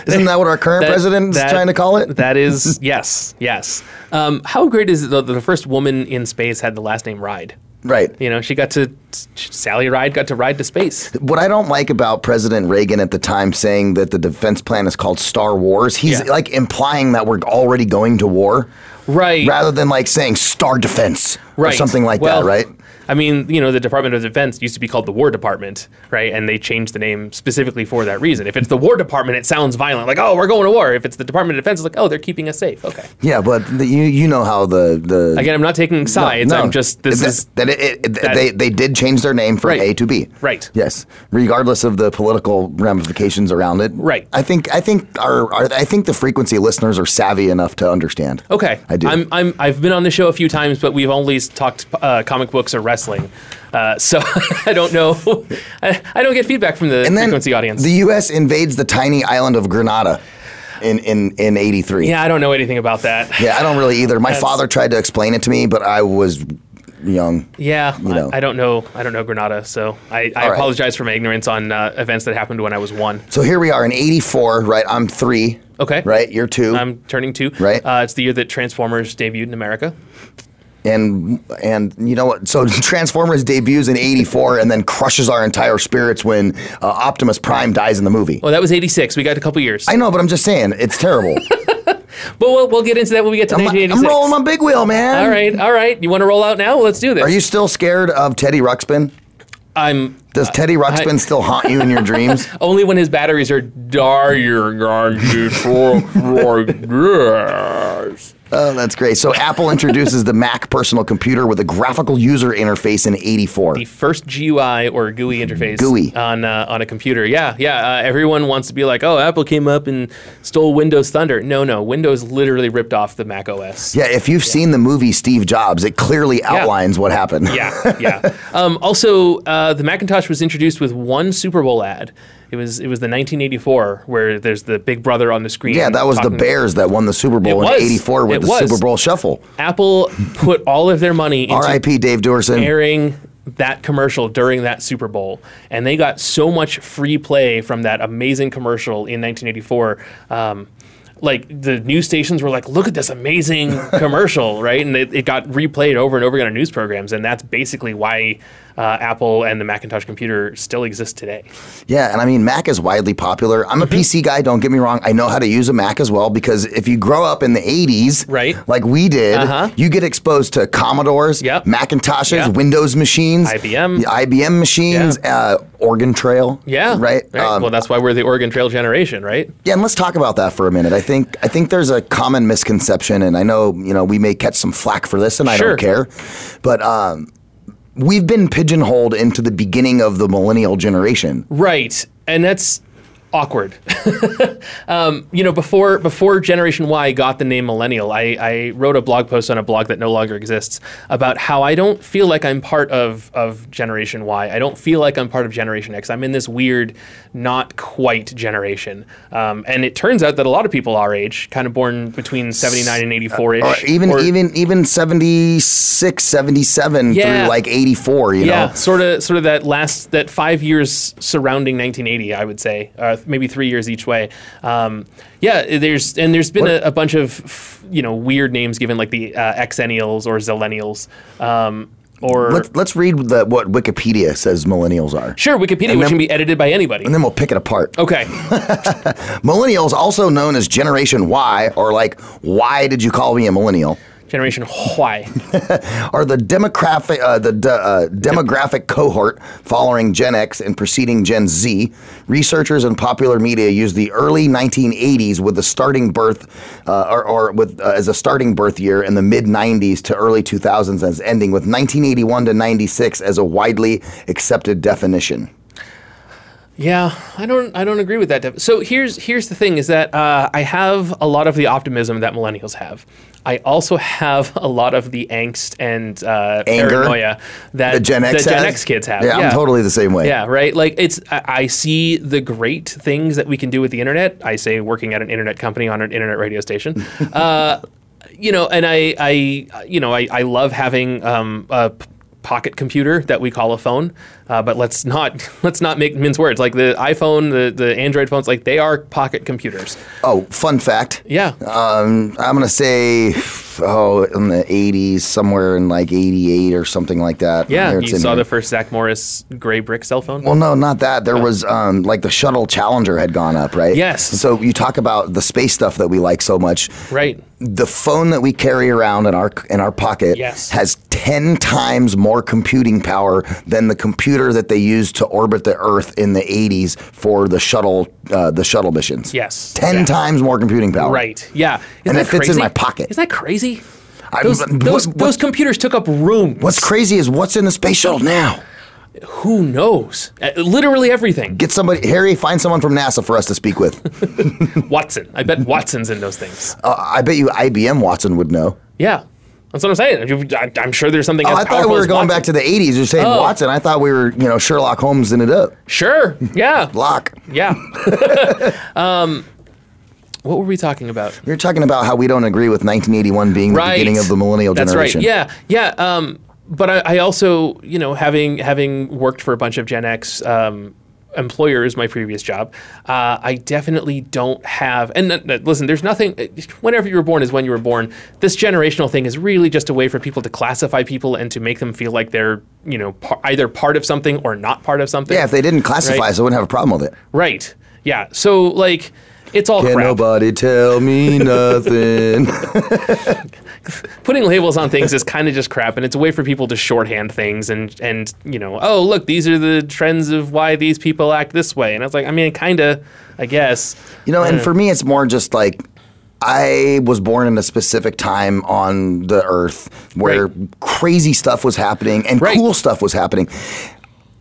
Speaker 10: Isn't that what our current that, president is that, trying to call it?
Speaker 1: That is, yes, yes. Um, how great is it that the first woman in space had the last name Ride?
Speaker 10: Right.
Speaker 1: You know, she got to, Sally Ride got to ride to space.
Speaker 10: What I don't like about President Reagan at the time saying that the defense plan is called Star Wars, he's yeah. like implying that we're already going to war.
Speaker 1: Right.
Speaker 10: Rather than like saying Star Defense right. or something like
Speaker 1: well,
Speaker 10: that, right?
Speaker 1: I mean, you know, the Department of Defense used to be called the War Department, right? And they changed the name specifically for that reason. If it's the War Department, it sounds violent, like oh, we're going to war. If it's the Department of Defense, it's like oh, they're keeping us safe. Okay.
Speaker 10: Yeah, but the, you you know how the the
Speaker 1: again, I'm not taking sides. No, no. I'm just this
Speaker 10: that,
Speaker 1: is
Speaker 10: that, it, it, that they they did change their name from
Speaker 1: right.
Speaker 10: A to B.
Speaker 1: Right.
Speaker 10: Yes, regardless of the political ramifications around it.
Speaker 1: Right.
Speaker 10: I think I think our, our I think the frequency listeners are savvy enough to understand.
Speaker 1: Okay.
Speaker 10: I do.
Speaker 1: I'm, I'm I've been on the show a few times, but we've only talked uh, comic books or wrestling. Uh, so I don't know. I, I, don't get feedback from the
Speaker 10: and then
Speaker 1: frequency audience.
Speaker 10: The U.S. invades the tiny island of Grenada. In, in, in 83.
Speaker 1: Yeah, I don't know anything about that.
Speaker 10: Yeah, I don't really either. My That's... father tried to explain it to me, but I was young.
Speaker 1: Yeah, you know. I, I, don't know. I don't know Granada, so I, I right. apologize for my ignorance on uh, events that happened when I was one.
Speaker 10: So here we are in '84, right? I'm three.
Speaker 1: Okay.
Speaker 10: Right, you're two.
Speaker 1: I'm turning two.
Speaker 10: Right.
Speaker 1: Uh, it's the year that Transformers debuted in America
Speaker 10: and and you know what? So Transformers debuts in '84 and then crushes our entire spirits when uh, Optimus Prime dies in the movie.
Speaker 1: Well, that was '86. We got a couple years.
Speaker 10: I know, but I'm just saying it's terrible.
Speaker 1: but we'll, we'll get into that when we get to
Speaker 10: I'm,
Speaker 1: 1986.
Speaker 10: I'm rolling my big wheel, man.
Speaker 1: All right, all right. You want to roll out now? Let's do this.
Speaker 10: Are you still scared of Teddy Ruxpin?
Speaker 1: I'm.
Speaker 10: Does Teddy Ruxpin I, still haunt you in your dreams?
Speaker 1: Only when his batteries are dying on you for years.
Speaker 10: Oh, that's great. So Apple introduces the Mac personal computer with a graphical user interface in '84.
Speaker 1: The first GUI or GUI interface
Speaker 10: GUI.
Speaker 1: on uh, on a computer. Yeah, yeah. Uh, everyone wants to be like, oh, Apple came up and stole Windows Thunder. No, no. Windows literally ripped off the Mac OS.
Speaker 10: Yeah. If you've yeah. seen the movie Steve Jobs, it clearly outlines
Speaker 1: yeah.
Speaker 10: what happened.
Speaker 1: Yeah, yeah. um, also, uh, the Macintosh was introduced with one Super Bowl ad. It was it was the 1984 where there's the Big Brother on the screen.
Speaker 10: Yeah, that was the Bears that won the Super Bowl
Speaker 1: it
Speaker 10: in '84 with
Speaker 1: it
Speaker 10: the
Speaker 1: was.
Speaker 10: Super Bowl Shuffle.
Speaker 1: Apple put all of their money into
Speaker 10: R.I.P. Dave Dorson
Speaker 1: airing that commercial during that Super Bowl, and they got so much free play from that amazing commercial in 1984. Um, like the news stations were like, look at this amazing commercial, right? And it, it, got replayed over and over again on news programs, and that's basically why uh, Apple and the Macintosh computer still exist today.
Speaker 10: Yeah, and I mean, Mac is widely popular. I'm a mm-hmm. PC guy. Don't get me wrong. I know how to use a Mac as well because if you grow up in the '80s,
Speaker 1: right,
Speaker 10: like we did,
Speaker 1: uh-huh.
Speaker 10: you get exposed to Commodores,
Speaker 1: yep.
Speaker 10: Macintoshes, yep. Windows machines,
Speaker 1: IBM,
Speaker 10: IBM machines, yeah. uh, Oregon Trail.
Speaker 1: Yeah.
Speaker 10: Right.
Speaker 1: right. Um, well, that's why we're the Oregon Trail generation, right?
Speaker 10: Yeah, and let's talk about that for a minute. I think I think there's a common misconception, and I know you know we may catch some flack for this, and I
Speaker 1: Sure.
Speaker 10: don't care, but. Um, We've been pigeonholed into the beginning of the millennial generation.
Speaker 1: Right, and that's awkward. um, you know, before before Generation Y got the name millennial, I, I wrote a blog post on a blog that no longer exists about how I don't feel like I'm part of of Generation Y. I don't feel like I'm part of Generation X. I'm in this weird, not quite generation. Um, and it turns out that a lot of people our age, kind of born between 79 and 84 ish,
Speaker 10: Uh, Or even even even 76, 77
Speaker 1: Yeah.
Speaker 10: through like 84, you
Speaker 1: yeah,
Speaker 10: know.
Speaker 1: sort of, sort of that last that five years surrounding 1980, I would say, uh, maybe three years each way. Um, yeah, there's and there's been a, a bunch of f- you know weird names given, like the uh, Xennials or Zillennials, um, or
Speaker 10: Let's let's read the, what Wikipedia says millennials are.
Speaker 1: sure Wikipedia,
Speaker 10: And
Speaker 1: which
Speaker 10: then-
Speaker 1: can be edited by anybody.
Speaker 10: And then we'll pick it apart.
Speaker 1: Okay,
Speaker 10: Millennials, also known as Generation Y, or like, why did you call me a millennial?
Speaker 1: Generation Y.
Speaker 10: are the demographic uh, the de- uh, demographic cohort following Gen X and preceding Gen Z. Researchers and popular media use the early 1980s with the starting birth, uh, or, or with uh, as a starting birth year, and the mid 90s to early 2000s as ending with 1981 to 96 as a widely accepted definition.
Speaker 1: Yeah, I don't I don't agree with that. Dev. So here's here's the thing is that uh, I have a lot of the optimism that millennials have. I also have a lot of the angst and uh,
Speaker 10: Anger
Speaker 1: paranoia that
Speaker 10: The Gen X
Speaker 1: that Gen
Speaker 10: has?
Speaker 1: X kids have.
Speaker 10: Yeah, I'm totally the same way.
Speaker 1: Yeah, right. Like it's I, I see the great things that we can do with the internet. I say working at an internet company on an internet radio station. uh, you know, and I, I, you know, I, I love having um, a p- pocket computer that we call a phone. Uh, but let's not let's not make mince words. Like the iPhone, the the Android phones, like they are pocket computers.
Speaker 10: Oh, fun fact.
Speaker 1: Yeah.
Speaker 10: Um, I'm gonna say, oh, in the 80s, somewhere in like 88 or something like that.
Speaker 1: Yeah,
Speaker 10: There
Speaker 1: you
Speaker 10: it's in
Speaker 1: saw
Speaker 10: here.
Speaker 1: the first Zach Morris gray brick cell phone.
Speaker 10: Well, no, not that. There was um, like the shuttle Challenger had gone up, right?
Speaker 1: Yes.
Speaker 10: So you talk about the space stuff that we like so much.
Speaker 1: Right.
Speaker 10: The phone that we carry around in our in our pocket
Speaker 1: Yes.
Speaker 10: has ten times more computing power than the computer that they used to orbit the Earth in the '80s for the shuttle uh, the shuttle missions.
Speaker 1: Yes.
Speaker 10: Ten
Speaker 1: Yeah.
Speaker 10: times more computing power.
Speaker 1: Right. Yeah.
Speaker 10: Oh. And it
Speaker 1: that
Speaker 10: fits in
Speaker 1: crazy?
Speaker 10: my pocket.
Speaker 1: Isn't that crazy?
Speaker 10: I-
Speaker 1: Those,
Speaker 10: but what-
Speaker 1: those,
Speaker 10: what-
Speaker 1: those computers took up room.
Speaker 10: What's crazy is what's in the space shuttle now.
Speaker 1: Who knows? Uh, literally everything.
Speaker 10: Get somebody, Harry, find someone from NASA for us to speak with.
Speaker 1: Watson. I bet Watson's in those things.
Speaker 10: Uh, I bet you IBM Watson would know.
Speaker 1: Yeah. That's what I'm saying. You- I- I'm sure there's something.
Speaker 10: Oh, I
Speaker 1: as
Speaker 10: thought
Speaker 1: powerful
Speaker 10: we were
Speaker 1: as
Speaker 10: going
Speaker 1: Watson.
Speaker 10: back to the 80s. You're saying
Speaker 1: Oh.
Speaker 10: Watson. I thought we were, you know, Sherlock Holmes in it up.
Speaker 1: Sure. Yeah.
Speaker 10: Locke.
Speaker 1: Yeah. um, what were we talking about?
Speaker 10: We were talking about how we don't agree with 1981 being the beginning of the millennial
Speaker 1: That's
Speaker 10: generation.
Speaker 1: right. Yeah, yeah. Um, but I, I also, you know, having having worked for a bunch of Gen X um, employers, my previous job, uh, I definitely don't have. And th- th- listen, there's nothing. uh, Whenever you were born is when you were born. This generational thing is really just a way for people to classify people and to make them feel like they're, you know, par- either part of something or not part of something.
Speaker 10: Yeah, if they didn't classify
Speaker 1: Right.
Speaker 10: us, I wouldn't have a problem with it.
Speaker 1: Right. Yeah. So like, it's all
Speaker 10: Can
Speaker 1: crap.
Speaker 10: nobody tell me nothing?
Speaker 1: putting labels on things is kind of just crap, and it's a way for people to shorthand things and and you know, oh look, these are the trends of why these people act this way, and it's like, I mean, kind of, I guess.
Speaker 10: You know, and
Speaker 1: Uh,
Speaker 10: for me, it's more just like I was born in a specific time on the earth where crazy stuff was happening and cool stuff was happening.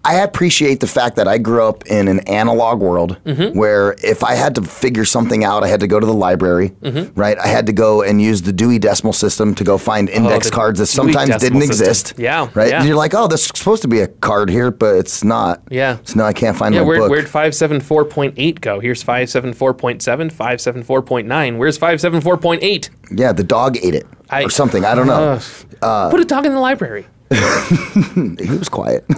Speaker 10: I appreciate the fact that I grew up in an analog world
Speaker 1: Mm-hmm.
Speaker 10: where if I had to figure something out, I had to go to the library,
Speaker 1: Mm-hmm.
Speaker 16: Mhm.
Speaker 10: right? I had to go and use the Dewey Decimal System to go find index
Speaker 1: Oh, the
Speaker 10: cards that
Speaker 1: Dewey
Speaker 10: sometimes
Speaker 1: Decimal
Speaker 10: didn't
Speaker 1: System.
Speaker 10: exist.
Speaker 1: Yeah,
Speaker 10: Right?
Speaker 1: yeah.
Speaker 10: You're like, oh, there's supposed to be a card here, but it's not.
Speaker 1: Yeah.
Speaker 10: So now I can't find
Speaker 1: yeah,
Speaker 10: my
Speaker 1: where,
Speaker 10: book.
Speaker 1: where'd 574.8 go? Here's 574.7, 574.9. Where's 574.8?
Speaker 10: Yeah, the dog ate it
Speaker 1: I-
Speaker 10: or something. I don't know. Uh,
Speaker 1: Put a dog in the library.
Speaker 10: he was quiet.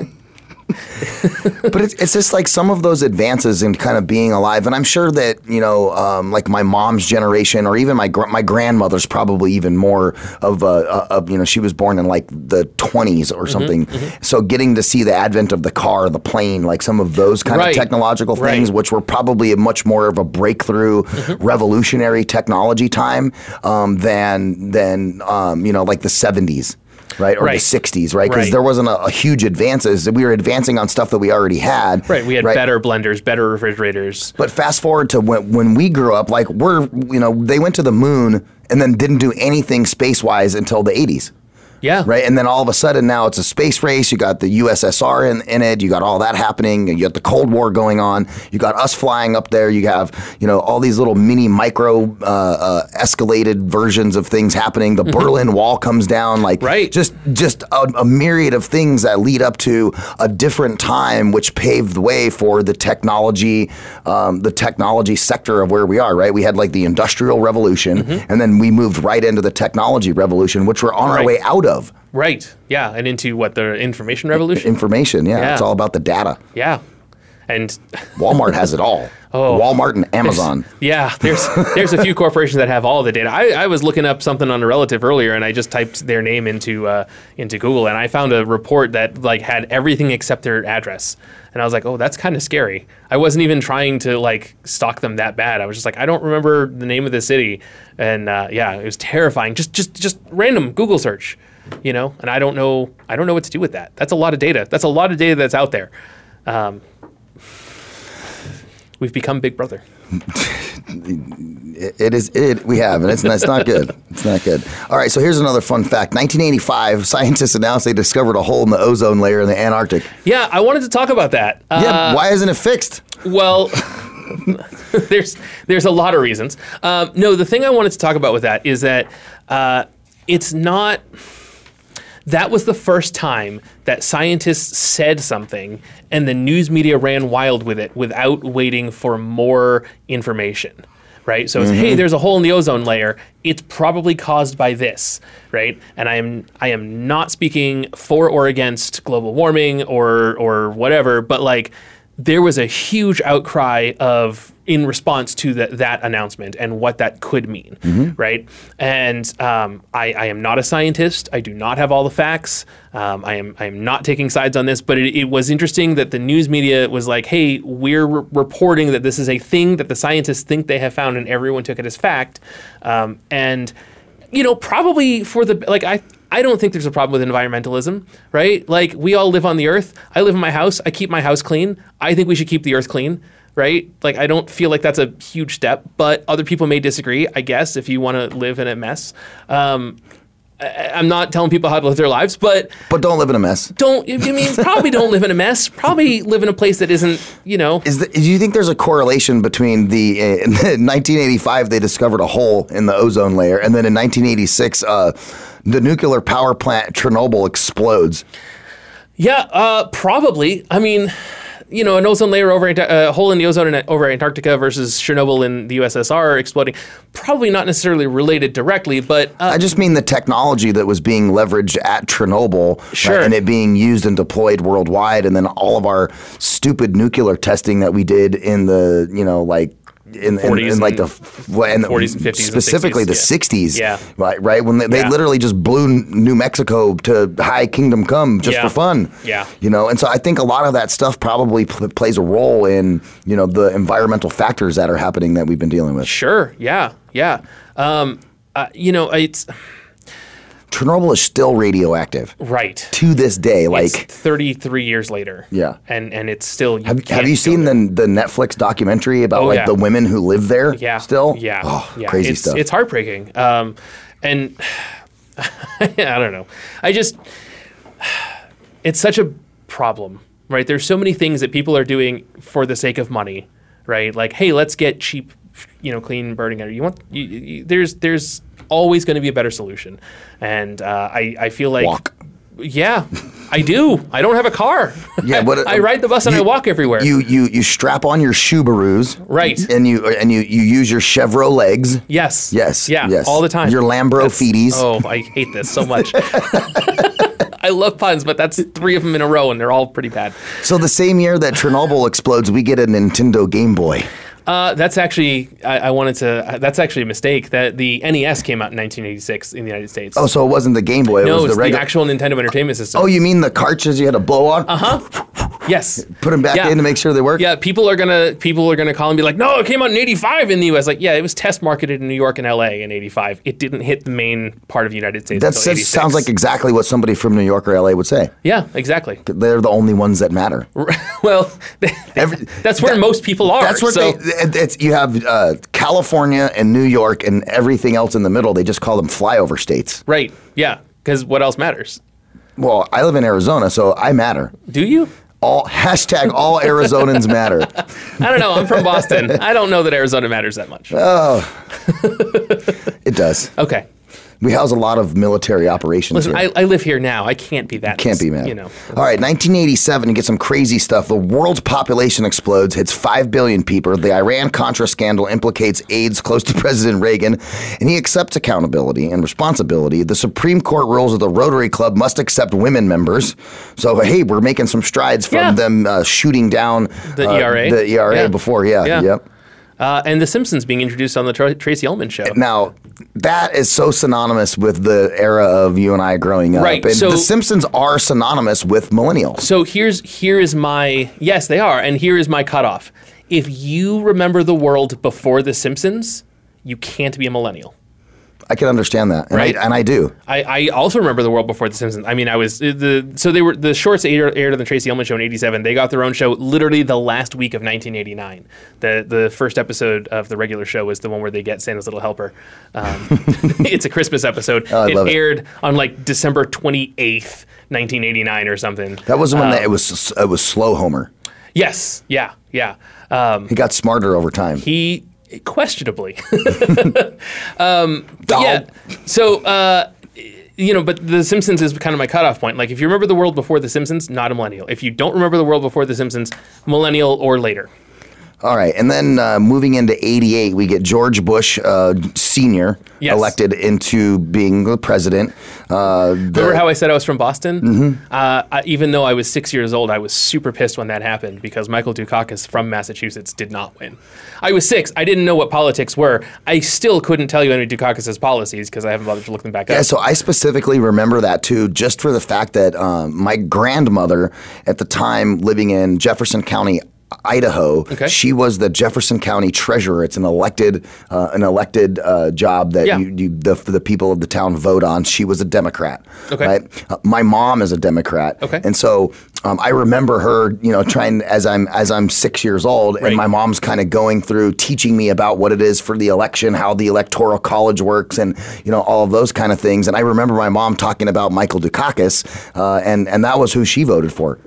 Speaker 10: but it's, it's just like some of those advances in kind of being alive, and I'm sure that you know, um, like my mom's generation, or even my gr- my grandmother's probably even more of a, a, of, you know, she was born in like the 20s
Speaker 1: Mm-hmm,
Speaker 10: or something. So getting to see the advent of the car, the plane, like some of those kind
Speaker 1: Right.
Speaker 10: of technological
Speaker 1: Right. Mm-hmm.
Speaker 10: things, which were probably a much more of a breakthrough, revolutionary technology time um, than than um, you know, like the 70s. right? Or the 60s, right? Because there wasn't a, a, huge advances. We were advancing on stuff that we already had.
Speaker 1: Right. We had better blenders, better refrigerators.
Speaker 10: But fast forward to when, when we grew up, like we're, you know, they went to the moon and then didn't do anything space wise until the 80s.
Speaker 1: Yeah.
Speaker 10: Right. And then all of a sudden now it's a space race. You got the USSR in, in, it. You got all that happening. You got the Cold War going on. You got us flying up there. You have, you know, all these little mini micro uh, uh, escalated versions of things happening. The Berlin Wall comes down. Like,
Speaker 1: right.
Speaker 10: just, just a, a, myriad of things that lead up to a different time, which paved the way for the technology, um, the technology sector of where we are, right? We had like the Industrial Revolution, mm-hmm. and then we moved right into the technology revolution, which we're on right. our way out of. Of.
Speaker 1: Right. Yeah, and into what the information revolution.
Speaker 10: Information. Yeah. yeah, it's all about the data.
Speaker 1: Yeah, and
Speaker 10: Walmart has it all. Oh, Walmart and Amazon.
Speaker 1: There's, yeah, there's there's a few corporations that have all the data. I, I was looking up something on a relative earlier, and I just typed their name into uh, into Google, and I found a report that like had everything except their address. And I was like, oh, that's kind of scary. I wasn't even trying to like stalk them that bad. I was just like, I don't remember the name of the city, and uh, yeah, it was terrifying. Just just just random Google search, you know. And I don't know I don't know what to do with that. That's a lot of data. That's a lot of data that's out there. Um, We've become Big Brother.
Speaker 10: it is it we have, and it's, it's not good. It's not good. All right, so here's another fun fact. 1985, scientists announced they discovered a hole in the ozone layer in the Antarctic.
Speaker 1: Yeah, I wanted to talk about that.
Speaker 10: Yeah, uh, why isn't it fixed?
Speaker 1: Well. there's there's a lot of reasons. Um, no, the thing I wanted to talk about with that is that uh, it's not that was the first time that scientists said something and the news media ran wild with it without waiting for more information right so mm-hmm. it's hey there's a hole in the ozone layer it's probably caused by this right and i am i am not speaking for or against global warming or or whatever but like there was a huge outcry of in response to the, that announcement and what that could mean, mm-hmm. right? And um, I, I, am not a scientist. I do not have all the facts. Um, I am I am not taking sides on this, but it, it, was interesting that the news media was like, "Hey, we're re- reporting that this is a thing that the scientists think they have found," and everyone took it as fact. Um, and you know, probably for the like, I I don't think there's a problem with environmentalism, right? Like we all live on the earth. I live in my house. I keep my house clean. I think we should keep the earth clean right? Like I don't feel like that's a huge step, but other people may disagree. I guess if you want to live in a mess, um, I, am not telling people how to live their lives, but
Speaker 10: but don't live in a mess.
Speaker 1: Don't I mean probably don't live in a mess. Probably live in a place that isn't you know.
Speaker 10: Is the, do you think there's a correlation between the uh, 1985 they discovered a hole in the ozone layer, and then in 1986 uh, the nuclear power plant Chernobyl explodes?
Speaker 1: Yeah, uh, probably. I mean you know, an ozone layer over a uh, hole in the ozone in, over Antarctica versus Chernobyl in the USSR exploding, probably not necessarily related directly, but
Speaker 10: uh, I just mean the technology that was being leveraged at Chernobyl,
Speaker 1: sure.
Speaker 10: right, and it being used and deployed worldwide, and then all of our stupid nuclear testing that we did in the you know like in, in, in, like the
Speaker 1: and 40s and 50s
Speaker 10: specifically
Speaker 1: and
Speaker 10: 60s. the 60s
Speaker 1: yeah.
Speaker 10: right right when they, they yeah. literally just blew New Mexico to high kingdom come just
Speaker 1: yeah.
Speaker 10: for fun
Speaker 1: yeah
Speaker 10: you know and so I think a lot of that stuff probably pl- plays a role in you know the environmental factors that are happening that we've been dealing with
Speaker 1: sure yeah yeah um, uh, you know it's
Speaker 10: Chernobyl is still radioactive.
Speaker 1: Right.
Speaker 10: To this day, like
Speaker 1: it's 33 years later.
Speaker 10: Yeah.
Speaker 1: And and it's still
Speaker 10: you Have, have you seen the, the Netflix documentary about
Speaker 1: oh,
Speaker 10: like
Speaker 1: yeah.
Speaker 10: the women who live there
Speaker 1: yeah.
Speaker 10: still?
Speaker 1: Yeah.
Speaker 10: Oh,
Speaker 1: yeah.
Speaker 10: crazy
Speaker 1: it's,
Speaker 10: stuff.
Speaker 1: It's heartbreaking. Um and I don't know. I just it's such a problem, right? There's so many things that people are doing for the sake of money, right? Like, hey, let's get cheap you know clean burning energy. You want you, you, there's there's always going to be a better solution, and uh, I I feel like
Speaker 10: walk.
Speaker 1: Yeah, I do. I don't have a car.
Speaker 10: Yeah, but
Speaker 1: I ride the bus and
Speaker 10: you,
Speaker 1: I walk everywhere.
Speaker 10: You you you strap on your Subarus,
Speaker 1: right?
Speaker 10: And you and you you use your Chevro legs.
Speaker 1: Yes.
Speaker 10: Yes.
Speaker 1: Yeah.
Speaker 10: Yes.
Speaker 1: All the time.
Speaker 10: Your Lambro
Speaker 1: that's,
Speaker 10: feeties.
Speaker 1: Oh, I hate this so much. I love puns, but that's three of them in a row, and they're all pretty bad.
Speaker 10: So the same year that Chernobyl explodes, we get a Nintendo Game Boy.
Speaker 1: Uh, that's actually I, I wanted to. Uh, that's actually a mistake. That the NES came out in 1986 in the United States.
Speaker 10: Oh, so it wasn't the Oh, Game Boy. It
Speaker 1: no,
Speaker 10: was
Speaker 1: it's
Speaker 10: the, regu-
Speaker 1: the actual Nintendo Entertainment System.
Speaker 10: Oh, you mean the cartridges you had to blow on?
Speaker 1: Uh huh. Yes.
Speaker 10: Put them back
Speaker 1: Yeah.
Speaker 10: in to make sure they work.
Speaker 1: Yeah, people are gonna people are gonna call and be like, "No, it came out in '85 in the U.S." Like, yeah, it was test marketed in New York and L.A. in '85. It didn't hit the main part of the United States.
Speaker 10: That
Speaker 1: until
Speaker 10: says,
Speaker 1: 86.
Speaker 10: sounds like exactly what somebody from New York or LA would say.
Speaker 1: yeah, exactly.
Speaker 10: They're the only ones that matter.
Speaker 1: well, that's where most people are.
Speaker 10: That's where
Speaker 1: so-
Speaker 10: they, it- it's, you have uh, California and New York and everything else in the middle. They just call them flyover states.
Speaker 1: Right. Yeah. Because what else matters?
Speaker 10: Well, I live in Arizona, so I matter.
Speaker 1: Do you?
Speaker 10: All hashtag all Arizonans matter.
Speaker 1: I don't know. I'm from Boston. I don't know that Arizona matters that much.
Speaker 10: Oh, it does.
Speaker 1: Okay.
Speaker 10: We house a lot of military operations
Speaker 1: Listen,
Speaker 10: here.
Speaker 1: I, I live here now. I can't be that.
Speaker 10: Can't be mad.
Speaker 1: You know.
Speaker 10: All right, 1987, you get some crazy stuff. The world's population explodes, hits 5 billion people. The Iran Contra scandal implicates AIDS close to President Reagan, and he accepts accountability and responsibility. The Supreme Court rules that the Rotary Club must accept women members. So, hey, we're making some strides from
Speaker 1: Yeah.
Speaker 10: them uh, shooting down
Speaker 1: The
Speaker 10: uh,
Speaker 1: ERA.
Speaker 10: The ERA
Speaker 1: Yeah.
Speaker 10: before, yeah,
Speaker 1: Yeah.
Speaker 10: yep.
Speaker 1: Uh, and The Simpsons being introduced on the Tra- Tracy Ullman show.
Speaker 10: Now, that is so synonymous with the era of you and I growing up.
Speaker 1: Right,
Speaker 10: And
Speaker 1: so-
Speaker 10: the Simpsons are synonymous with millennials.
Speaker 1: So here's here is my yes, they are, and here is my cutoff. If you remember the world before The Simpsons, you can't be a millennial.
Speaker 10: I can understand that, and,
Speaker 1: Right.
Speaker 10: I, and I do.
Speaker 1: I, I also remember the world before The Simpsons. I mean, I was uh, the so they were the shorts aired, aired on the Tracy Ullman show in '87. They got their own show literally the last week of 1989. The the first episode of the regular show was the one where they get Santa's Little Helper. Um, it's a Christmas episode.
Speaker 10: Oh, I
Speaker 1: it
Speaker 10: love it.
Speaker 1: aired on like December 28th, 1989, or something.
Speaker 10: That was when
Speaker 1: Um,
Speaker 10: that it was it was slow Homer.
Speaker 1: Yes. Yeah. Yeah. Um,
Speaker 10: He got smarter over time.
Speaker 1: he questionably. um, but yeah. So uh, you know, but The Simpsons is kind of my cutoff point. Like, if you remember the world before The Simpsons, not a millennial. If you don't remember the world before The Simpsons, millennial or later.
Speaker 10: All right, and then uh, moving into '88, we get George Bush uh, Senior
Speaker 1: Yes.
Speaker 10: elected into being the president. Uh, the-
Speaker 1: Remember how I said I was from Boston?
Speaker 10: Mhm.
Speaker 1: Uh, I, even though I was six years old, I was super pissed when that happened because Michael Dukakis from Massachusetts did not win. I was six. I didn't know what politics were. I still couldn't tell you any of Dukakis's policies because I haven't bothered to look them back
Speaker 10: yeah,
Speaker 1: up.
Speaker 10: so I specifically remember that too, just for the fact that um, my grandmother, at the time living in Jefferson County, Idaho, she was the Jefferson County treasurer. It's an elected, uh, an elected uh, job that
Speaker 1: Yeah.
Speaker 10: you, you, the the people of the town vote on. She was a Democrat.
Speaker 1: Okay.
Speaker 10: Right? Uh, my mom is a Democrat.
Speaker 1: Okay.
Speaker 10: And so um, I remember her, you know, trying as I'm as I'm six years old, and my mom's kind of going through teaching me about what it is for the election, how the electoral college works, and you know all of those kind of things. And I remember my mom talking about Michael Dukakis, uh, and and that was who she voted for.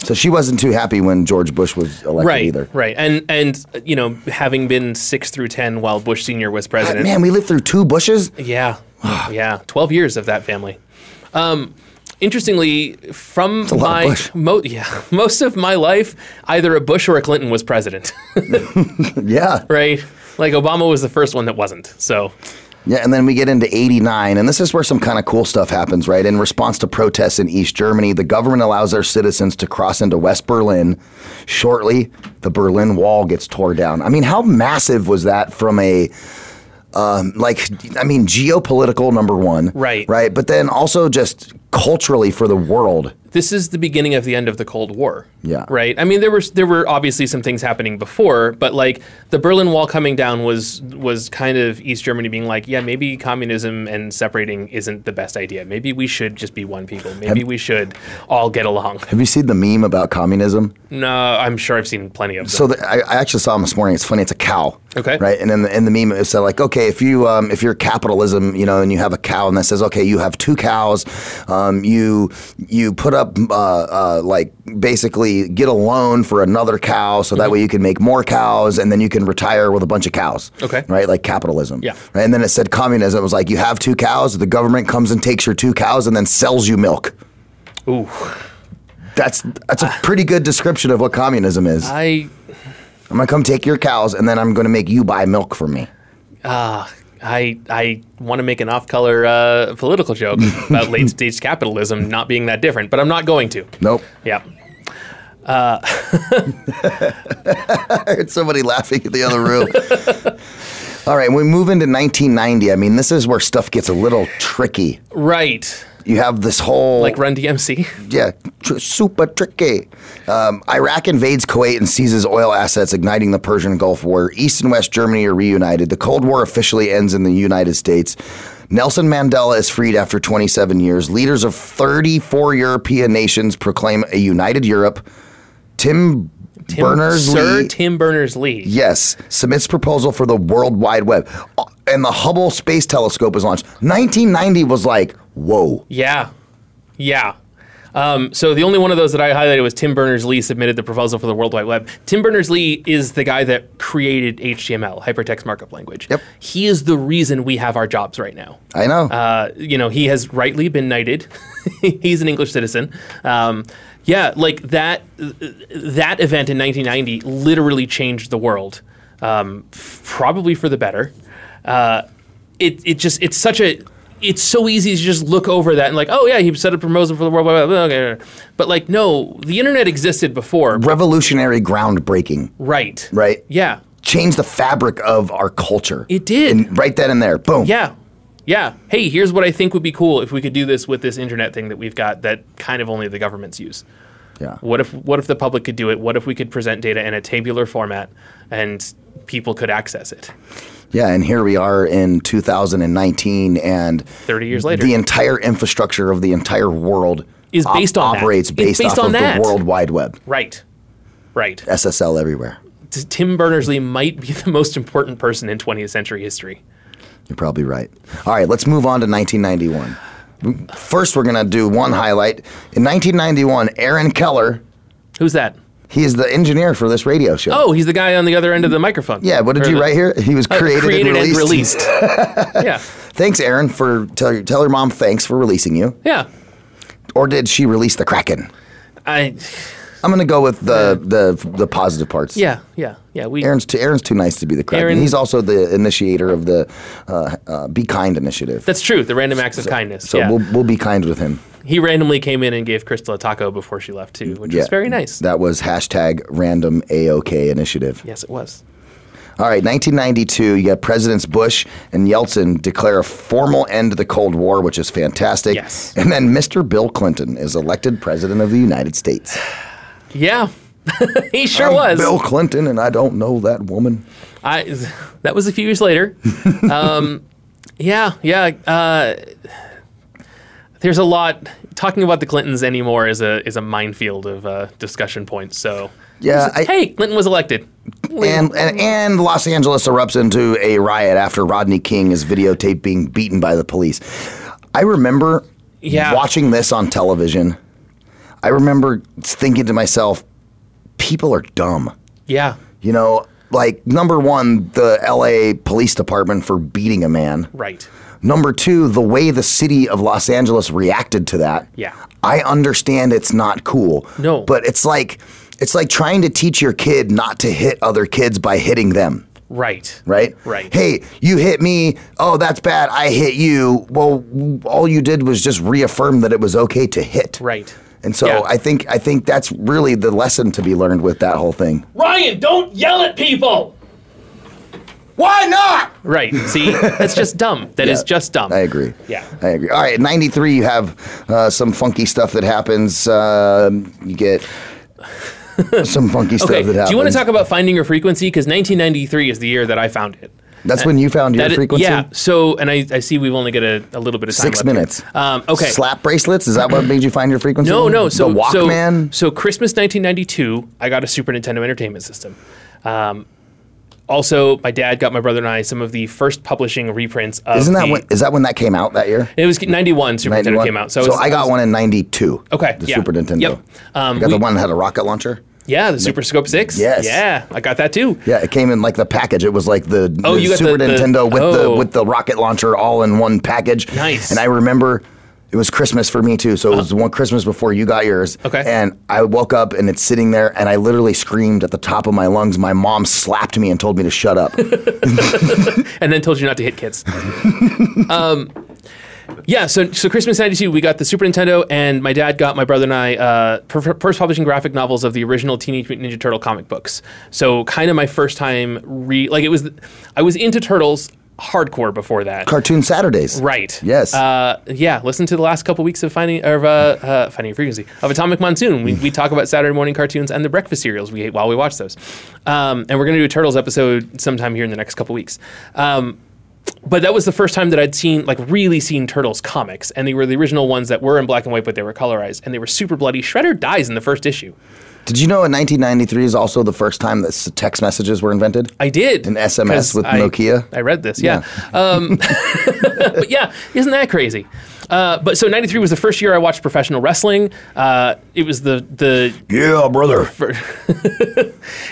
Speaker 10: So she wasn't too happy when George Bush was elected
Speaker 1: right,
Speaker 10: either.
Speaker 1: Right, and and uh, you know, having been six through ten while Bush Senior was president,
Speaker 10: Man, we lived through two Bushes.
Speaker 1: yeah,
Speaker 10: Ah.
Speaker 1: yeah, twelve years of that family. Um, interestingly, from
Speaker 10: a lot of
Speaker 1: my
Speaker 10: Bush.
Speaker 1: mo- yeah, most of my life, either a Bush or a Clinton was president.
Speaker 10: yeah,
Speaker 1: right. Like Obama was the first one that wasn't. So
Speaker 10: Yeah, and then we get into 89, and this is where some kind of cool stuff happens, right? In response to protests in East Germany, the government allows their citizens to cross into West Berlin. Shortly, the Berlin Wall gets torn down. I mean, how massive was that from a. Um, like, I mean, geopolitical number one,
Speaker 1: Right.
Speaker 10: Right, but then also just culturally for the world.
Speaker 1: this is the beginning of the end of the Cold War.
Speaker 10: Yeah.
Speaker 1: Right. I mean, there were there were obviously some things happening before, but like the Berlin Wall coming down was was kind of East Germany being like, yeah, maybe communism and separating isn't the best idea. Maybe we should just be one people. Maybe we should all get along.
Speaker 10: Have you seen the meme about communism?
Speaker 1: No, I'm sure I've seen plenty of them.
Speaker 10: So the, I, I actually saw him this morning. It's funny. It's a cow.
Speaker 1: Okay.
Speaker 10: Right. And then the, in the meme, it said like, okay, if you um, if you're capitalism, you know, and you have a cow, and that says, okay, you have two cows, um, you you put up uh, uh, like basically get a loan for another cow, so
Speaker 1: Mm-hmm.
Speaker 10: that way you can make more cows, and then you can retire with a bunch of cows.
Speaker 1: Okay.
Speaker 10: Right. Like capitalism.
Speaker 1: Yeah.
Speaker 10: Right. And then it said communism. It was like you have two cows, the government comes and takes your two cows, and then sells you milk.
Speaker 1: Ooh.
Speaker 10: That's that's
Speaker 1: Ah.
Speaker 10: a pretty good description of what communism is.
Speaker 1: I
Speaker 10: I'm gonna come take your cows, and then I'm gonna make you buy milk for me.
Speaker 1: ah. I, I want to make an off-color uh, political joke about late-stage capitalism not being that different, but I'm not going to.
Speaker 10: Nope.
Speaker 1: Yeah. Uh,
Speaker 10: I heard somebody laughing in the other room. All right, we move into 1990. I mean, this is where stuff gets a little tricky.
Speaker 1: Right.
Speaker 10: you have this whole
Speaker 1: like Run DMC.
Speaker 10: Yeah, tr- super tricky. Um, Iraq invades Kuwait and seizes oil assets, igniting the Persian Gulf War. East and West Germany are reunited. The Cold War officially ends in the United States. Nelson Mandela is freed after 27 years. Leaders of 34 European nations proclaim a united Europe. Tim
Speaker 1: Tim,
Speaker 10: Berners
Speaker 1: Sir
Speaker 10: Lee.
Speaker 1: Tim Berners Lee.
Speaker 10: Yes, submits proposal for the World Wide Web, Uh, and the Hubble Space Telescope was launched. 1990 was like whoa.
Speaker 1: Yeah, yeah. Um, so the only one of those that I highlighted was Tim Berners Lee submitted the proposal for the World Wide Web. Tim Berners Lee is the guy that created HTML, hypertext markup language. Yep. He is the reason we have our jobs right now.
Speaker 10: I know.
Speaker 1: Uh, you know, he has rightly been knighted. He's an English citizen. Um, yeah, like that that event in 1990 literally changed the world, um, f- probably for the better. Uh, it it just it's such a it's so easy to just look over that and like, oh yeah, he set a proposal for the World Wide Web. Okay, but like, no, the internet existed before.
Speaker 10: Revolutionary, groundbreaking.
Speaker 1: Right.
Speaker 10: Right.
Speaker 1: Yeah.
Speaker 10: Changed the fabric of our culture.
Speaker 1: It did.
Speaker 10: And right then and there, boom.
Speaker 1: Yeah. Yeah. Hey, here's what I think would be cool if we could do this with this internet thing that we've got that kind of only the governments use.
Speaker 10: Yeah.
Speaker 1: What if what if the public could do it? What if we could present data in a tabular format and people could access it?
Speaker 10: Yeah, and here we are in 2019, and
Speaker 1: 30 years later.
Speaker 10: the entire infrastructure of the entire world
Speaker 1: Is based on that.
Speaker 10: operates
Speaker 1: It's
Speaker 10: based,
Speaker 1: based
Speaker 10: off
Speaker 1: on
Speaker 10: of
Speaker 1: that.
Speaker 10: the World Wide Web,
Speaker 1: Right. Right.
Speaker 10: SSL everywhere.
Speaker 1: T- Tim Berners-Lee might be the most important person in 20th century history.
Speaker 10: You're probably right. All right, let's move on to 1991. First, we're gonna do one highlight in 1991. Aaron Keller,
Speaker 1: who's that?
Speaker 10: He is the engineer for this radio show.
Speaker 1: Oh, he's the guy on the other end of the microphone.
Speaker 10: Yeah, what did
Speaker 1: Or
Speaker 10: you
Speaker 1: the-
Speaker 10: write here? He was
Speaker 1: Uh,
Speaker 10: created,
Speaker 1: created
Speaker 10: and
Speaker 1: and
Speaker 10: released.
Speaker 1: yeah.
Speaker 10: Thanks, Aaron, for tell your tell your mom thanks for releasing you.
Speaker 1: Yeah.
Speaker 10: Or did she release the Kraken?
Speaker 1: I
Speaker 10: I'm gonna go with the the the positive parts.
Speaker 1: yeah, yeah, yeah. We
Speaker 10: Aaron's too, Aaron's too nice to be the Kraken.
Speaker 1: Aaron-
Speaker 10: He's also the initiator of the uh, uh, Be Kind initiative.
Speaker 1: That's true. The random acts of kindness.
Speaker 10: So
Speaker 1: yeah.
Speaker 10: we'll we'll be kind with him.
Speaker 1: he randomly came in and gave Crystal a taco before she left too, which was very nice.
Speaker 10: That was hashtag random AOK initiative.
Speaker 1: Yes, it was.
Speaker 10: All right, 1992, you got Presidents Bush and Yeltsin declare a formal end to the Cold War, which is fantastic.
Speaker 1: Yes.
Speaker 10: And then Mr. Bill Clinton is elected President of the United States.
Speaker 1: Yeah, he sure
Speaker 10: I'm
Speaker 1: was.
Speaker 10: Bill Clinton, and I don't know that woman.
Speaker 1: I that was a few years later. um, yeah, yeah. Uh, there's a lot talking about the Clintons anymore is a is a minefield of uh, discussion points. So
Speaker 10: Yeah, I-
Speaker 1: hey, Clinton was elected.
Speaker 10: And, and and Los Angeles erupts into a riot after Rodney King is videotaped being beaten by the police. I remember
Speaker 1: Yeah.
Speaker 10: watching this on television. I remember thinking to myself, people are dumb.
Speaker 1: Yeah,
Speaker 10: You know, like number one, the LA police department for beating a man.
Speaker 1: right.
Speaker 10: Number two, the way the city of Los Angeles reacted to that.
Speaker 1: Yeah.
Speaker 10: I understand it's not cool.
Speaker 1: No.
Speaker 10: But it's like it's like trying to teach your kid not to hit other kids by hitting them.
Speaker 1: Right.
Speaker 10: Right?
Speaker 1: Right.
Speaker 10: Hey, you hit me. Oh, that's bad. I hit you. Well, all you did was just reaffirm that it was okay to hit.
Speaker 1: Right.
Speaker 10: And so
Speaker 1: Yeah.
Speaker 10: I think I think that's really the lesson to be learned with that whole thing.
Speaker 1: Ryan, don't yell at people.
Speaker 10: Why not?
Speaker 1: Right. See, that's just dumb. That is
Speaker 10: Yeah.
Speaker 1: just dumb.
Speaker 10: I agree.
Speaker 1: Yeah.
Speaker 10: I agree. All right, 93, you have uh, some funky stuff that happens. Um, you get some funky stuff
Speaker 1: Okay.
Speaker 10: that happens.
Speaker 1: Do you want to talk about finding your frequency? Because 1993 is the year that I found it.
Speaker 10: That's when you found your
Speaker 1: That i-
Speaker 10: frequency?
Speaker 1: yeah. So, and I, I see we've only got a, a little bit of time.
Speaker 10: Six
Speaker 1: left here.
Speaker 10: minutes.
Speaker 1: Um, okay.
Speaker 10: Slap bracelets? Is that what made you find your frequency?
Speaker 1: No, no. So,
Speaker 10: the Walkman?
Speaker 1: So, so Christmas 1992, I got a Super Nintendo Entertainment System. Um, also, my dad got my brother and I some of the first publishing reprints of.
Speaker 10: Isn't that
Speaker 1: the-
Speaker 10: when, is that when that came out that year?
Speaker 1: It was 91 Super Nintendo
Speaker 10: 91?
Speaker 1: came out. So, it was-
Speaker 10: I got
Speaker 1: was-
Speaker 10: one in 92.
Speaker 1: Okay,
Speaker 10: The
Speaker 1: yeah.
Speaker 10: Super Nintendo.
Speaker 1: Yep. Um,
Speaker 10: I got the
Speaker 1: we-
Speaker 10: one that had a rocket launcher.
Speaker 1: Yeah, the Super Scope 6.
Speaker 10: Yes.
Speaker 1: Yeah, I got that too.
Speaker 10: Yeah, it came in like the package. It was like the,
Speaker 1: Oh,
Speaker 10: the
Speaker 1: you got
Speaker 10: Super
Speaker 1: the- the-
Speaker 10: Nintendo with
Speaker 1: oh.
Speaker 10: the with the rocket launcher all in one package.
Speaker 1: Nice.
Speaker 10: And
Speaker 1: Uh-huh.
Speaker 10: I remember it was Christmas for me too, so it was one Christmas before you got yours.
Speaker 1: Okay.
Speaker 10: And I woke up and it's sitting there, and I literally screamed at the top of my lungs. My mom slapped me and told me to shut up.
Speaker 1: and then told you not to hit kids. um, yeah, so so Christmas '92, we got the Super Nintendo, and my dad got my brother and I uh, per- first publishing graphic novels of the original Teenage Mutant Ninja Turtle comic books. So kind of my first time re like it was. I was into turtles hardcore before that.
Speaker 10: Cartoon Saturdays.
Speaker 1: Right.
Speaker 10: Yes.
Speaker 1: Uh, yeah. Listen to the last couple weeks of finding of uh, uh, finding frequency of Atomic Monsoon. We, we talk about Saturday morning cartoons and the breakfast cereals we ate while we watch those. Um, and we're gonna do a Turtles episode sometime here in the next couple weeks. Um, but that was the first time that I'd seen, like, really seen Turtles comics, and they were the original ones that were in black and white, but they were colorized, and they were super bloody. Shredder dies in the first issue.
Speaker 10: Did you know in 1993 is also the first time that s- text messages were invented?
Speaker 1: I did.
Speaker 10: An SMS with
Speaker 1: I,
Speaker 10: Nokia.
Speaker 1: I read this, yeah. yeah. Um, but yeah, isn't that crazy? Uh, but so 93 was the first year I watched professional wrestling. Uh, it was the. the
Speaker 10: yeah, brother.
Speaker 1: fir-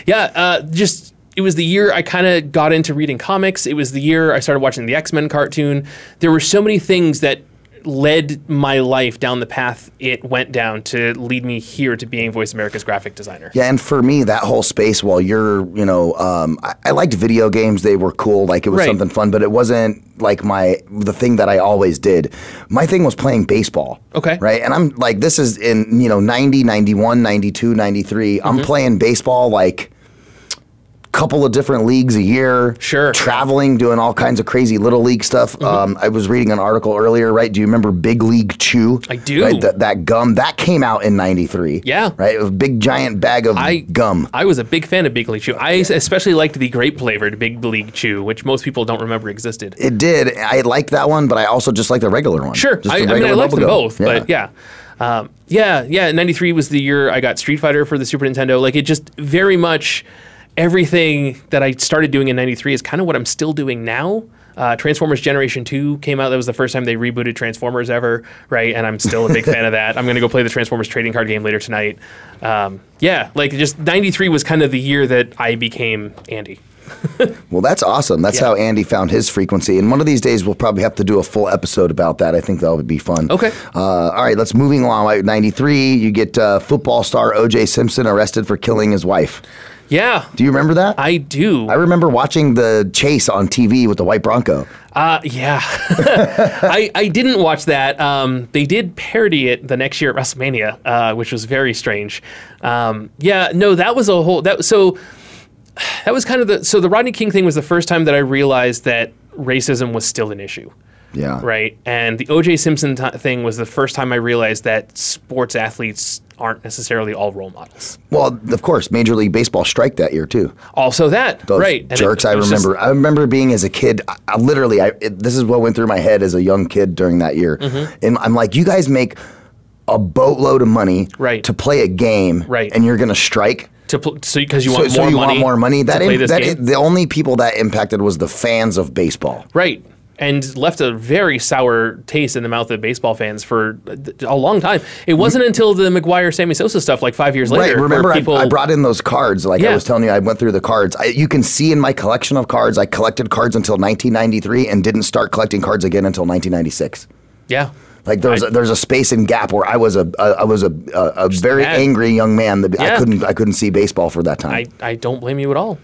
Speaker 1: yeah, uh, just. It was the year I kind of got into reading comics. It was the year I started watching the X Men cartoon. There were so many things that led my life down the path it went down to lead me here to being Voice America's graphic designer.
Speaker 10: Yeah, and for me, that whole space while you're, you know, um, I, I liked video games; they were cool, like it was
Speaker 1: Right.
Speaker 10: something fun, but it wasn't like my the thing that I always did. My thing was playing baseball.
Speaker 1: Okay.
Speaker 10: Right, and I'm like, this is in you know 90, 91, 92, 93. I'm
Speaker 1: Mhm.
Speaker 10: playing baseball like couple of different leagues a year.
Speaker 1: Sure. Mm-hmm.
Speaker 10: Traveling, doing all kinds of crazy little league stuff. Um, I was reading an article earlier, right? Do you remember Big League Chew?
Speaker 1: I do.
Speaker 10: Right? That, that gum that came out in '93.
Speaker 1: Yeah.
Speaker 10: Right. It was a big giant bag of
Speaker 1: I-
Speaker 10: gum.
Speaker 1: I was a big fan of Big League Chew. I especially liked the grape flavored Big League Chew, which most people don't remember existed.
Speaker 10: It did. I liked that one, but I also just liked the regular one.
Speaker 1: Sure,
Speaker 10: Just
Speaker 1: I,
Speaker 10: the
Speaker 1: I mean I
Speaker 10: regular
Speaker 1: liked them
Speaker 10: bubble gum.
Speaker 1: both, but yeah, um, yeah, yeah. '93 was the year I got Street Fighter for the Super Nintendo. Like it just very much everything that I started doing in '93 is kind of what I'm still doing now. Uh, Transformers Generation 2 came out. That was the first time they rebooted Transformers ever, right? And I'm still a big fan of that. I'm going to go play the Transformers trading card game later tonight. Um, yeah, like just 93 was kind of the year that I became Andy.
Speaker 10: Well, that's awesome. That's
Speaker 1: Yeah.
Speaker 10: how Andy found his frequency. And one of these days, we'll probably have to do a full episode about that. I think that would be fun.
Speaker 1: Okay.
Speaker 10: Uh, all right, let's moving along. Like, 93, you get uh, football star O.J. Simpson arrested for killing his wife.
Speaker 1: Yeah.
Speaker 10: Do you remember that?
Speaker 1: I do.
Speaker 10: I remember watching the chase on TV with the white Bronco.
Speaker 1: Uh, yeah. I, I didn't watch that. Um, they did parody it the next year at WrestleMania, uh, which was very strange. Um, yeah, no, that was a whole that so that was kind of the so the Rodney King thing was the first time that I realized that racism was still an issue.
Speaker 10: Yeah.
Speaker 1: Right. And the O.J. Simpson t- thing was the first time I realized that sports athletes aren't necessarily all role models.
Speaker 10: Well, of course, Major League Baseball strike that year too.
Speaker 1: Also, that
Speaker 10: Those
Speaker 1: right And it-
Speaker 10: jerks. I
Speaker 1: it was just-
Speaker 10: remember. I remember being as a kid. I, I literally, I it, this is what went through my head as a young kid during that year.
Speaker 1: Mhm.
Speaker 10: And I'm like, you guys make a boatload of money
Speaker 1: Right.
Speaker 10: to play a game,
Speaker 1: Right.
Speaker 10: And you're gonna strike.
Speaker 1: to pl- so because you
Speaker 10: so,
Speaker 1: want
Speaker 10: so
Speaker 1: more
Speaker 10: you
Speaker 1: money
Speaker 10: want more money? That,
Speaker 1: to play
Speaker 10: im-
Speaker 1: this
Speaker 10: that
Speaker 1: game?
Speaker 10: i- the only people that impacted was the fans of baseball.
Speaker 1: Right. And left a very sour taste in the mouth of baseball fans for a long time. It wasn't until the McGuire Sammy Sosa stuff, like five years
Speaker 10: Right.
Speaker 1: later, where
Speaker 10: Remember, I,
Speaker 1: people.
Speaker 10: I brought in those cards. Like I
Speaker 1: Yeah.
Speaker 10: was telling you, I went through the cards. I, you can see in my collection of cards, I collected cards until 1993 and didn't start collecting cards again until 1996.
Speaker 1: yeah.
Speaker 10: Like there's
Speaker 1: I-
Speaker 10: a, there's a space and gap where I was a a- I was a a, a very
Speaker 1: mad.
Speaker 10: angry young man that I
Speaker 1: Yeah.
Speaker 10: couldn't I couldn't see baseball for that time.
Speaker 1: I, I don't blame you at all.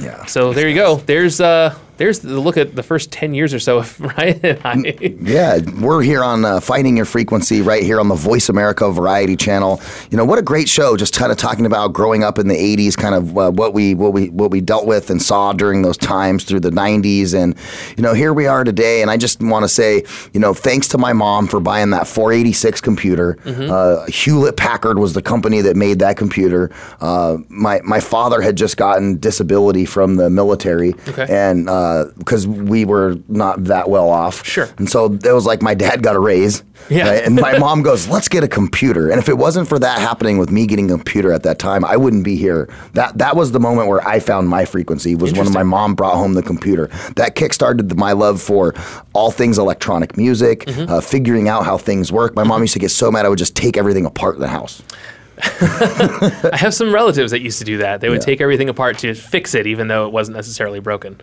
Speaker 10: Yeah.
Speaker 1: So there you go. There's uh there's the look at the first ten years or so of Ryan and I.
Speaker 10: Yeah, we're here on uh, Finding Your Frequency right here on the Voice America Variety Channel. You know what a great show, just kind of talking about growing up in the '80s, kind of uh, what we what we what we dealt with and saw during those times through the '90s, and you know here we are today. And I just want to say, you know, thanks to my mom for buying that 486 computer. Uh, Hewlett Packard was the company that made that computer. Uh, my my father had just gotten disability from the military,
Speaker 1: Okay.
Speaker 10: and because we were not that well off,
Speaker 1: Sure.
Speaker 10: and so it was like my dad got a raise.
Speaker 1: Yeah.
Speaker 10: right? And my mom goes, let's get a computer. And if it wasn't for that happening with me getting a computer at that time, I wouldn't be here. That that was the moment where I found my frequency was when my mom brought home the computer. That kickstarted the- my love for all things electronic music,
Speaker 1: Mm-hmm.
Speaker 10: uh, figuring out how things work. My mom used to get so mad I would just take everything apart in the house.
Speaker 1: I have some relatives that used to do that. They would take everything apart to fix it, even though it wasn't necessarily broken.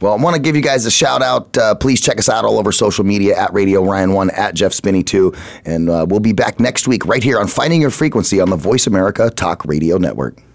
Speaker 10: Well, I want to give you guys a shout out. Uh, please check us out all over social media at Radio Ryan One, at Jeff Spinney Two, and uh, we'll be back next week right here on Finding Your Frequency on the Voice America Talk Radio Network.